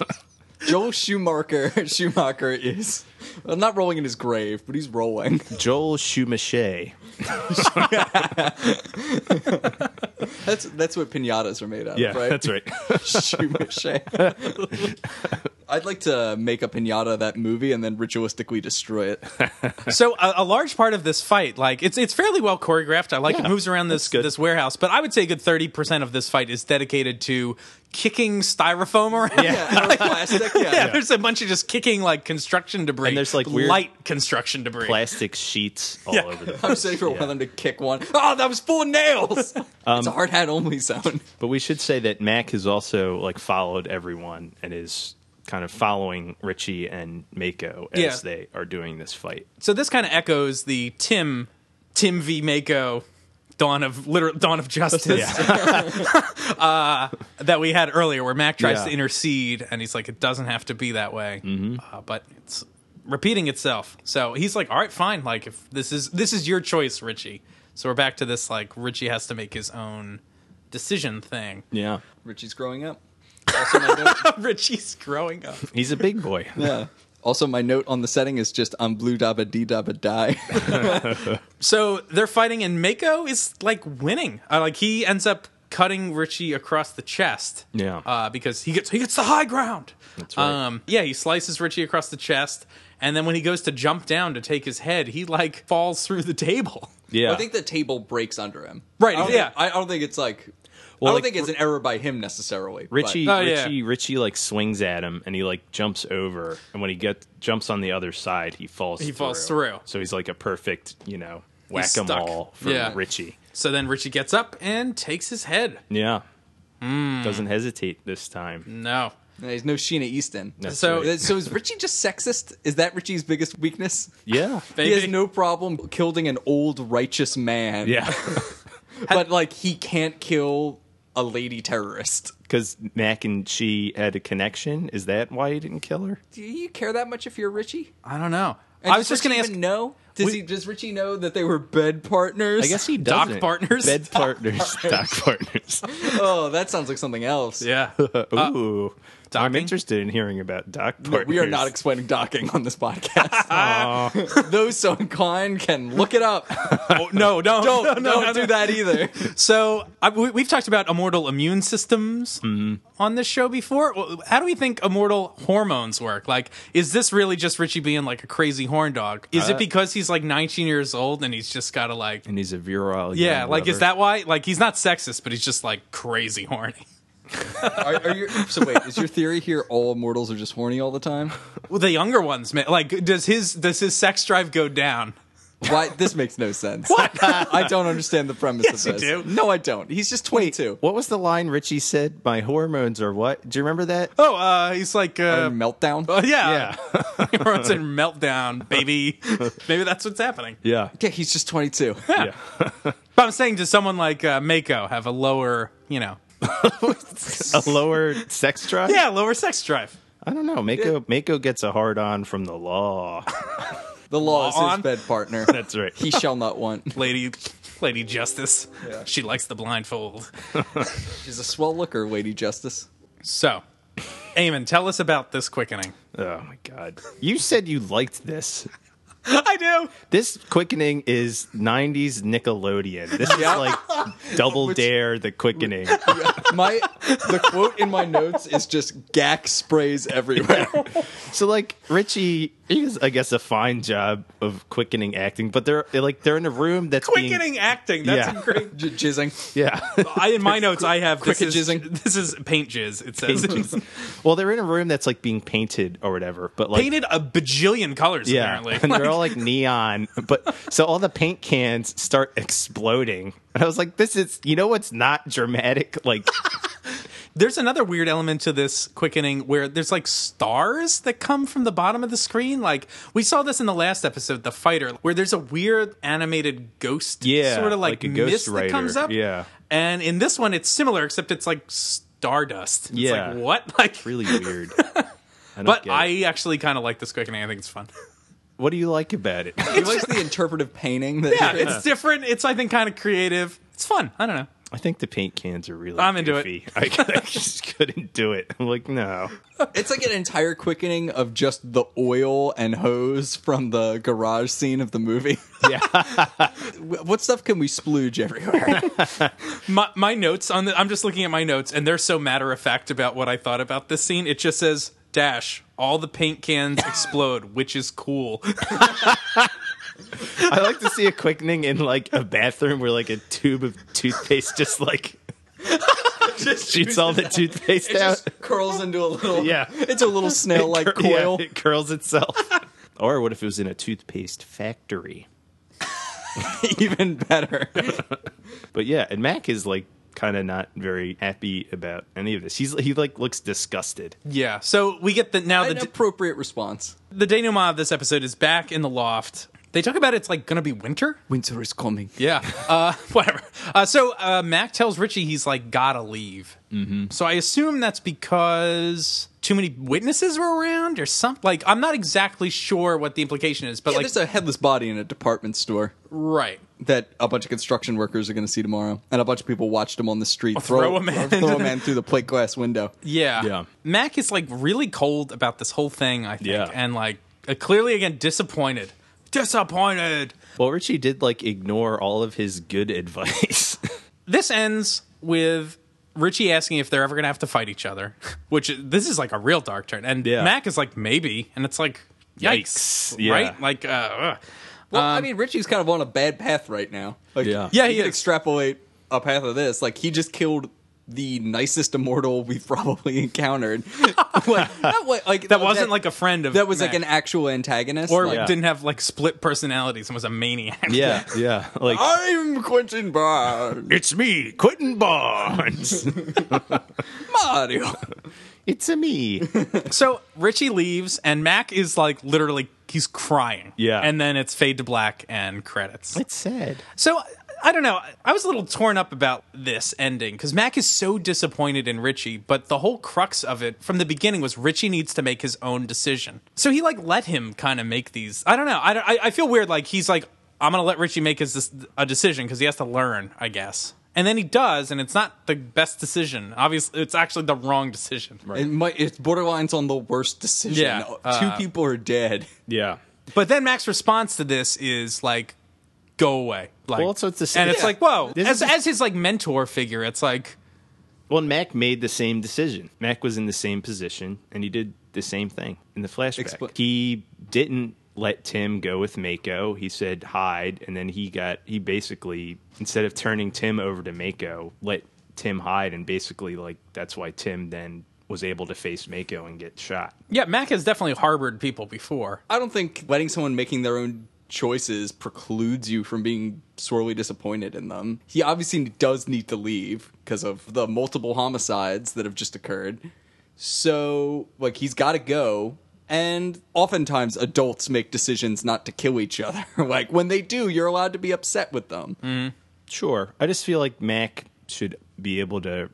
E: Joel Schumacher Schumacher is well, not rolling in his grave, but he's rolling.
D: Joel Schumacher.
E: That's that's what pinatas are made out
D: Yeah,
E: of, right?
D: that's right.
E: Shoe mache. I'd like to make a pinata that movie and then ritualistically destroy it.
C: so a, a large part of this fight, like it's it's fairly well choreographed. I like it moves around this
D: good.
C: this warehouse, but I would say a good thirty percent of this fight is dedicated to kicking styrofoam around.
E: yeah, or plastic. Yeah.
C: Yeah, there's a bunch of just kicking like construction debris.
D: And there's, like, weird-
C: light construction debris.
D: Plastic sheets all over the
E: I'm
D: place.
E: ready for one
D: Yeah.
E: of them to kick one. Oh, that was full of nails. it's a hard hat only zone.
D: But we should say that Mac has also like followed everyone and is kind of following Richie and Mako as
C: Yeah.
D: they are doing this fight.
C: So this kind of echoes the Tim Tim V Mako Dawn of literal Dawn of Justice uh, that we had earlier, where Mac tries
D: Yeah.
C: to intercede and he's like, it doesn't have to be that way, uh, but it's repeating itself. So he's like, all right, fine. Like if this is this is your choice, Richie. So we're back to this like Richie has to make his own decision thing.
D: Yeah.
E: Richie's growing up. Also my, note,
C: Richie's growing up.
D: He's a big boy.
E: yeah. also, my note on the setting is just I'm blue dabba dee dabba die.
C: So they're fighting, and Mako is like winning. Uh, like he ends up cutting Richie across the chest.
D: Yeah.
C: Uh, because he gets he gets the high ground. That's
D: right.
C: Um, yeah, he slices Richie across the chest, and then when he goes to jump down to take his head, he like falls through the table.
D: Yeah.
E: I think the table breaks under him.
C: Right,
E: I don't
C: yeah.
E: think- I don't think it's like. I
D: Well,
E: don't
D: like,
E: think it's an error by him necessarily. but-
D: Richie,
C: Oh, yeah.
D: Richie, Richie, like swings at him, and he like jumps over, and when he gets jumps on the other side, he falls.
C: He falls through.
D: So he's like a perfect, you know, whack em all
C: stuck.
D: for
C: Yeah.
D: Richie.
C: So then Richie gets up and takes his head.
D: Yeah,
C: Hmm.
D: doesn't hesitate this time.
C: No.
E: There's no Sheena Easton.
D: That's
C: So-
D: right.
E: So is Richie just sexist? Is that Richie's biggest weakness?
D: yeah,
C: Maybe.
E: He has no problem killing an old righteous man.
D: yeah,
E: But like he can't kill a lady terrorist.
D: because Mac and she had a connection. Is that why he didn't kill her?
E: Do you care that much if you're Richie?
C: I don't know.
E: And
C: I was
E: does
C: just going to
E: Richie
C: ask.
E: even know? Does
C: We-
E: he does Richie know that they were bed partners?
D: I guess he
C: Doc
D: doesn't.
C: partners?
D: bed partners, doc partners.
E: Oh, that sounds like something else.
C: Yeah.
D: Ooh, I'm
C: Uh, docking?
D: interested in hearing about doc
E: No,
D: partners.
E: we are not explaining docking on this podcast. Those so inclined can look it up.
C: Oh, no, no,
E: Don't
C: no, no,
E: don't do that either.
C: So I, we, we've talked about immortal immune systems
D: Mm-hmm.
C: on this show before. Well, How do we think immortal hormones work? Like, is this really just Richie being like a crazy horn dog? Is it because he's like 19 years old and he's just got to like,
D: Uh, And he's a virile.
C: yeah,
D: young
C: like is
D: lover.
C: that why? Like, he's not sexist, but he's just like crazy horny.
E: Are, are you, so wait, is your theory here all mortals are just horny all the time?
C: Well, the younger ones, man, like, does his does his sex drive go down?
E: Why this makes no sense. What? I don't understand the premise
C: Yes, you
E: of
C: do.
E: this. No, I don't. He's just 22.
D: What was the line Richie said? My hormones or what? Do you remember that?
C: Oh, uh, he's like, uh,
D: Um,
E: Meltdown.
C: uh, yeah, everyone's in meltdown, baby. Maybe that's what's happening.
D: Yeah.
E: yeah, he's just 22.
D: Yeah.
C: But I'm saying, does someone like uh, Mako have a lower, you know,
D: a lower sex drive?
C: yeah, lower sex drive?
D: I don't know. Mako Mako gets a hard on from the law.
E: The law is
C: On.
E: his bed partner.
D: That's right.
E: he shall not want.
C: Lady, Lady Justice, she likes the blindfold.
E: She's a swell looker, Lady Justice.
C: So, Eamon, tell us about this quickening.
D: Oh my god. You said you liked this.
C: I do.
D: This quickening is 90s Nickelodeon. This
E: Yeah.
D: is like Double Dare the quickening.
E: My the quote in my notes is just gack sprays everywhere.
D: So like Richie he does I guess a fine job of quickening acting, but they're like they're in a room that's being-
C: Quickening acting. That's
D: Yeah.
C: a great.
E: J- jizzing.
D: yeah.
C: I, in my notes, I have this
E: Cricket
C: is,
E: jizzing.
C: this is paint jizz. It says
D: well, they're in a room that's like being painted or whatever, but like
C: painted a bajillion colors.
D: Yeah, and
C: Apparently,
D: they're all like neon. But so all the paint cans start exploding, and I was like, "This is you know what's not dramatic? Like,
C: there's another weird element to this quickening where there's like stars that come from the bottom of the screen. Like we saw this in the last episode, The Fighter, where there's a weird animated ghost,
D: Yeah,
C: sort of like,
D: like a ghost
C: mist that
D: writer.
C: comes up.
D: Yeah.
C: and in this one, it's similar except it's like stardust. It's
D: Yeah.
C: like, what? Like,
D: really weird." I don't
C: but
D: get it.
C: I actually kind of like this quickening. I think it's fun.
D: what do you like about it?
E: He likes the interpretive painting. That
C: yeah, it's different. It's I think kind of creative. It's fun. I don't know.
D: I think the paint cans are really.
C: I'm into it.
D: goofy. I, I just couldn't do it. I'm like, no.
E: It's like an entire quickening of just the oil and hose from the garage scene of the movie.
D: Yeah.
E: W- what stuff can we splooge everywhere?
C: My, my notes on the, I'm just looking at my notes, and they're so matter of fact about what I thought about this scene. It just says dash, all the paint cans explode, which is cool.
D: I like to see a quickening in like a bathroom where like a tube of toothpaste just like shoots all the toothpaste
E: It
D: out.
E: just curls into a little.
D: Yeah.
E: It's a little snail like
D: Cur- yeah,
E: coil.
D: it curls itself. or what if it was in a toothpaste factory?
E: Even better.
D: But yeah, and Mac is like kind of not very happy about any of this. He's he like looks disgusted.
C: yeah. So we get the now the
E: An appropriate response.
C: the denouement of this episode is back in the loft. They talk about it's like gonna be winter.
E: Winter is coming.
C: Yeah. Uh, whatever. Uh, so uh, Mac tells Richie he's like gotta leave. Mm-hmm. So I assume that's because too many witnesses were around or something. Like I'm not exactly sure what the implication is, but
E: Yeah,
C: like
E: there's a headless body in a department store
C: right.
E: that a bunch of construction workers are going to see tomorrow, and a bunch of people watched him on the street throw,
C: throw a man.
E: throw a man through the plate glass window.
C: Yeah.
D: Yeah.
C: Mac is like really cold about this whole thing. I think.
D: Yeah.
C: And like uh, clearly again disappointed. Disappointed.
D: Well, Richie did like ignore all of his good advice.
C: this ends with Richie asking if they're ever going to have to fight each other, which uh, this is like a real dark turn. And
D: Yeah.
C: Mac is like, maybe. And it's like, yikes.
D: Yikes. Yeah.
C: Right? Like, uh, ugh.
E: Well, I mean, Richie's kind of on a bad path right now. Like,
D: Yeah.
C: Um, Yeah,
E: you
C: he
E: could
C: is.
E: extrapolate a path of this. Like, he just killed the nicest immortal we've probably encountered. like, not what, like
C: that wasn't like a friend of
E: that was like
C: Mac.
E: an actual antagonist.
C: Or
E: like,
D: Yeah.
C: didn't have like split personalities and was a maniac.
D: yeah, yeah. Like
E: I'm Quentin Barnes,
D: "Ah, it's me, Quentin Barnes.
E: Mario.
D: it's a me.
C: So Richie leaves, and Mac is like literally, he's crying.
D: Yeah.
C: And then it's fade to black and credits.
D: It's sad.
C: So I don't know. I was a little torn up about this ending because Mac is so disappointed in Richie, but the whole crux of it from the beginning was Richie needs to make his own decision. So he like let him kind of make these. I don't know. I don't, I, I feel weird. Like he's like I'm gonna let Richie make his a decision because he has to learn, I guess. And then he does, and it's not the best decision. Obviously, it's actually the wrong decision.
E: It might, it's borderlines on the worst decision.
C: Yeah,
E: Two
C: uh,
E: people are dead.
D: Yeah.
C: But then Mac's response to this is like, "Go away." Like,
D: Well, also it's the same-
C: and it's
D: yeah.
C: like, whoa.
D: This
C: as
D: is-
C: as his like mentor figure, it's like.
D: Well, and Mac made the same decision. Mac was in the same position, and he did the same thing in the flashback.
E: Expl-
D: he didn't let Tim go with Mako. He said hide, and then he got he basically instead of turning Tim over to Mako, let Tim hide, and basically like that's why Tim then was able to face Mako and get shot.
C: Yeah, Mac has definitely harbored people before.
E: I don't think letting someone making their own choices precludes you from being sorely disappointed in them. He obviously does need to leave because of the multiple homicides that have just occurred. So, like, he's got to go. And oftentimes, adults make decisions not to kill each other. like, when they do, you're allowed to be upset with them.
C: Mm,
D: Sure, I just feel like Mac should be able to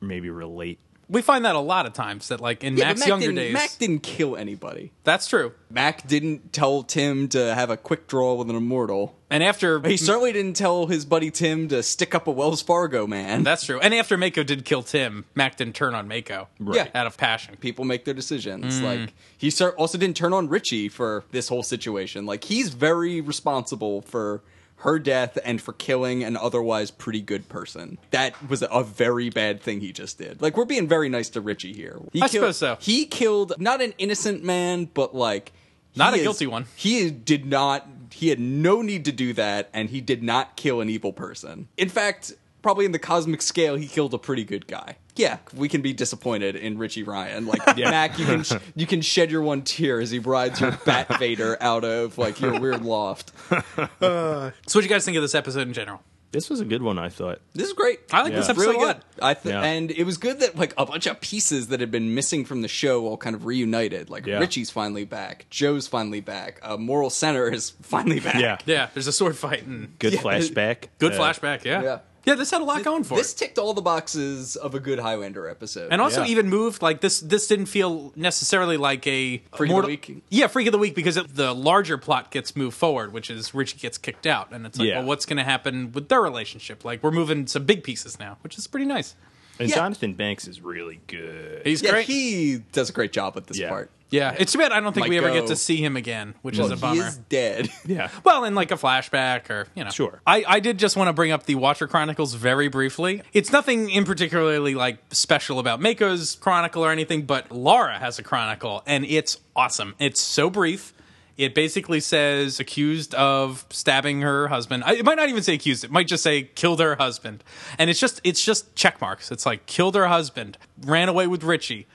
D: maybe relate.
C: We find that a lot of times that like in
E: Yeah, but
C: Mac's
E: Mac
C: younger
E: didn't-
C: days.
E: Mac didn't kill anybody.
C: that's true.
E: Mac didn't tell Tim to have a quick draw with an immortal.
C: And after
E: He certainly didn't tell his buddy Tim to stick up a Wells Fargo man.
C: that's true. And after Mako did kill Tim, Mac didn't turn on Mako.
E: Right.
C: Out of passion.
E: people make their decisions.
C: Mm.
E: Like he cer- also didn't turn on Richie for this whole situation. Like he's very responsible for her death and for killing an otherwise pretty good person. That was a very bad thing he just did. Like we're being very nice to Richie here. He
C: I
E: kill-
C: suppose so.
E: He killed not an innocent man, but like he
C: Not a guilty one.
E: He did not. He had no need to do that, and he did not kill an evil person. In fact, probably in the cosmic scale, he killed a pretty good guy. Yeah, we can be disappointed in Richie Ryan. Like Mac, you can sh- you can shed your one tear as he rides your Bat Vader out of like your weird loft.
C: So what do you guys think of this episode in general?
D: This was a good one, I thought.
E: This is great.
C: I like this
E: It's
C: episode
E: really
C: a lot.
E: good. I th-
D: Yeah.
E: and it was good that like a bunch of pieces that had been missing from the show all kind of reunited. Like
D: Yeah.
E: Richie's finally back, Joe's finally back, uh, Moral Center is finally back.
D: Yeah,
C: Yeah, there's a sword fight and
D: good flashback.
C: good
D: Uh,
C: flashback, yeah.
E: yeah.
C: this had a lot going for
E: this
C: it.
E: ticked all the boxes of a good Highlander episode.
C: and also
D: yeah.
C: even moved like this this didn't feel necessarily like a
E: Freak of the Week?
C: Yeah, freak of the week because it, the larger plot gets moved forward, which is Richie gets kicked out and it's like,
D: Yeah.
C: well, what's going to happen with their relationship? Like we're moving some big pieces now, which is pretty nice.
D: And
E: Yeah.
D: Jonathan Banks is really good.
C: He's
E: Yeah,
C: great.
E: he does a great job at this
D: Yeah.
E: part.
C: yeah, it's too bad I don't think
E: Might
C: we ever
E: go-
C: get to see him again, which is a
E: he
C: bummer.
E: is dead.
D: yeah.
C: Well, in like a flashback or, you know.
D: Sure.
C: I, I did just want to bring up the Watcher Chronicles very briefly. It's nothing in particularly like special about Mako's chronicle or anything, but Laura has a chronicle and it's awesome. It's so brief. It basically says accused of stabbing her husband. I, it might not even say accused. It might just say killed her husband. And it's just it's just check marks. It's like killed her husband, ran away with Richie,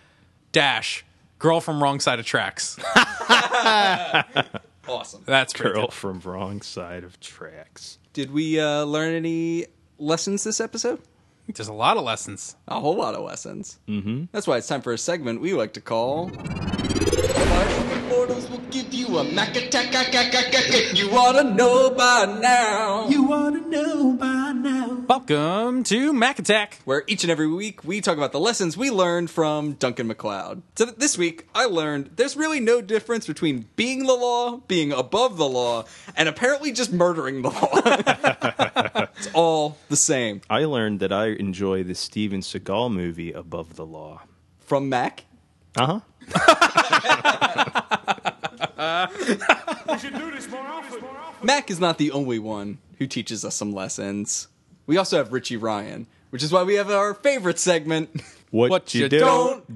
C: dash, girl from wrong side of tracks.
E: Awesome.
C: That's pretty
D: Girl
C: good.
D: from wrong side of tracks.
E: Did we uh, learn any lessons this episode?
C: There's a lot of lessons.
E: A whole lot of lessons. Mm-hmm. That's why it's time for a segment we like to call. Mortals will give you a Mac attack. ack, ack, ack, ack, ack. You ought to know by now.
C: Welcome to Mac Attack.
E: where each and every week we talk about the lessons we learned from Duncan McLeod. So th- this week I learned there's really no difference between being the law, being above the law, and apparently just murdering the law. it's all the same.
D: I learned that I enjoy the Steven Seagal movie Above the Law.
E: From Mac,
D: Uh huh.
E: Mac is not the only one who teaches us some lessons. We also have Richie Ryan, which is why we have our favorite segment.
D: What,
C: What
D: you,
C: you
D: don't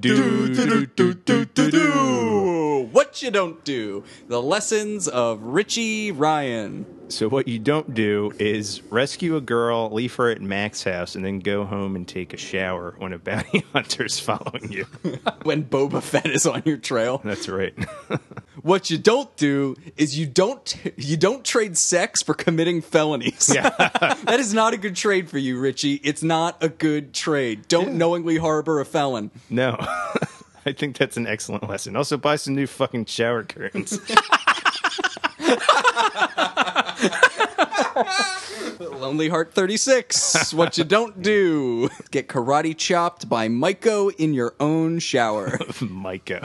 C: don't
D: do, do, do, do, do, do.
E: What you don't do. The lessons of Richie Ryan.
D: So what you don't do is rescue a girl, leave her at Mac's house, and then go home and take a shower when a bounty hunter's following you.
E: When Boba Fett is on your trail.
D: That's right.
E: What you don't do is you don't you don't trade sex for committing felonies.
D: Yeah.
E: that is not a good trade for you, Richie. It's not a good trade. Don't knowingly harbor a felon.
D: No. I think that's an excellent lesson. Also, buy some new fucking shower curtains.
E: Lonely Heart 36. what you don't do. Get karate chopped by Maiko in your own shower.
D: Micah.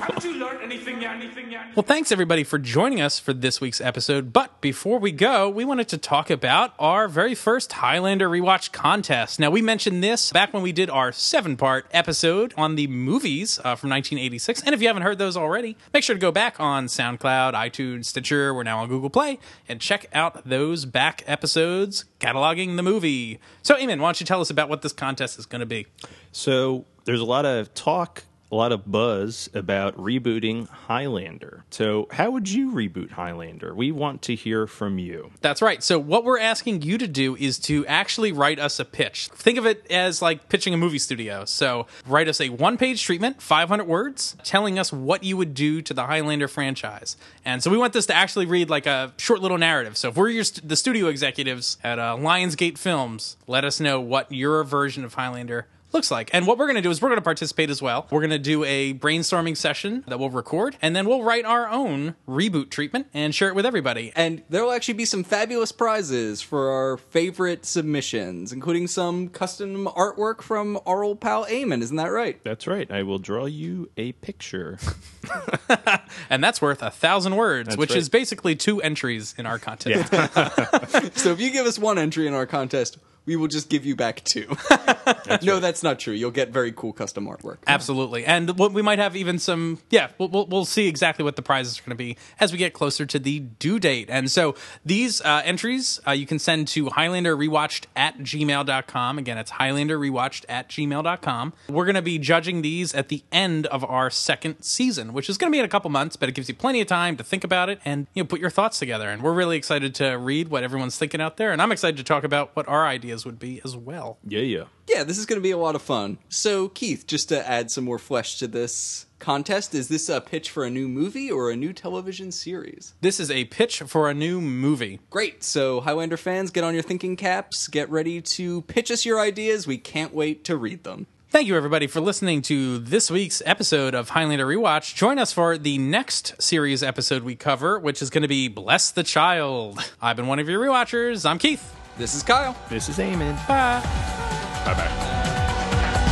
C: Well, thanks everybody for joining us for this week's episode. But before we go, we wanted to talk about our very first Highlander rewatch contest. Now, we mentioned this back when we did our seven part episode on the movies uh, from 1986. And if you haven't heard those already, make sure to go back on SoundCloud, iTunes, Stitcher. We're now on Google Play and check out those back episodes cataloging the movie. So, Eamon, why don't you tell us about what this contest is going to be?
D: So there's a lot of talk, a lot of buzz about rebooting Highlander. So how would you reboot Highlander? We want to hear from you.
C: That's right. So what we're asking you to do is to actually write us a pitch. Think of it as like pitching a movie studio. So write us a one-page treatment, 500 words, telling us what you would do to the Highlander franchise. And so we want this to actually read like a short little narrative. So if we're your st- the studio executives at uh, Lionsgate Films, let us know what your version of Highlander looks like. And what we're going to do is we're going to participate as well. We're going to do a brainstorming session that we'll record, and then we'll write our own reboot treatment and share it with everybody.
E: and there will actually be some fabulous prizes for our favorite submissions, including some custom artwork from our old pal Eamon. Isn't that right?
D: That's right. I will draw you a picture.
C: and that's worth a thousand words, which
D: right.
C: is basically two entries in our contest.
E: So if you give us one entry in our contest, we will just give you back two. no, that's not true. You'll get very cool custom artwork.
C: Absolutely, and what we might have even some. Yeah, we'll, we'll, we'll see exactly what the prizes are going to be as we get closer to the due date. And so these uh, entries uh, you can send to Highlander Rewatched at gmail.com. Again, it's Highlander Rewatched at gmail.com. We're going to be judging these at the end of our second season, which is going to be in a couple months, but it gives you plenty of time to think about it and you know put your thoughts together. And we're really excited to read what everyone's thinking out there, and I'm excited to talk about what our ideas would be as well.
D: yeah, yeah.
E: Yeah, this is going to be a lot of fun. So, Keith, just to add some more flesh to this contest, is this a pitch for a new movie or a new television series?
C: This is a pitch for a new movie.
E: Great. So, Highlander fans, get on your thinking caps, get ready to pitch us your ideas. We can't wait to read them.
C: Thank you, everybody, for listening to this week's episode of Highlander Rewatch. Join us for the next series episode we cover, which is going to be Bless the Child. I've been one of your rewatchers. I'm Keith.
E: This is Kyle.
D: This is Eamon.
C: Bye.
D: Bye bye.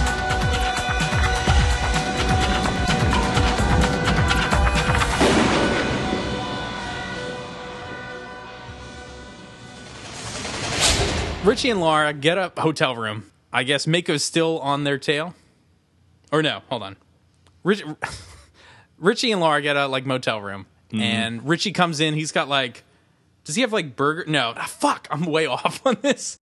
C: Richie and Laura get a hotel room. I guess Mako's still on their tail. Or no, hold on. Rich, Richie and Laura get a like motel room, and Richie comes in. He's got like, does he have like burger? No, ah, fuck, I'm way off on this.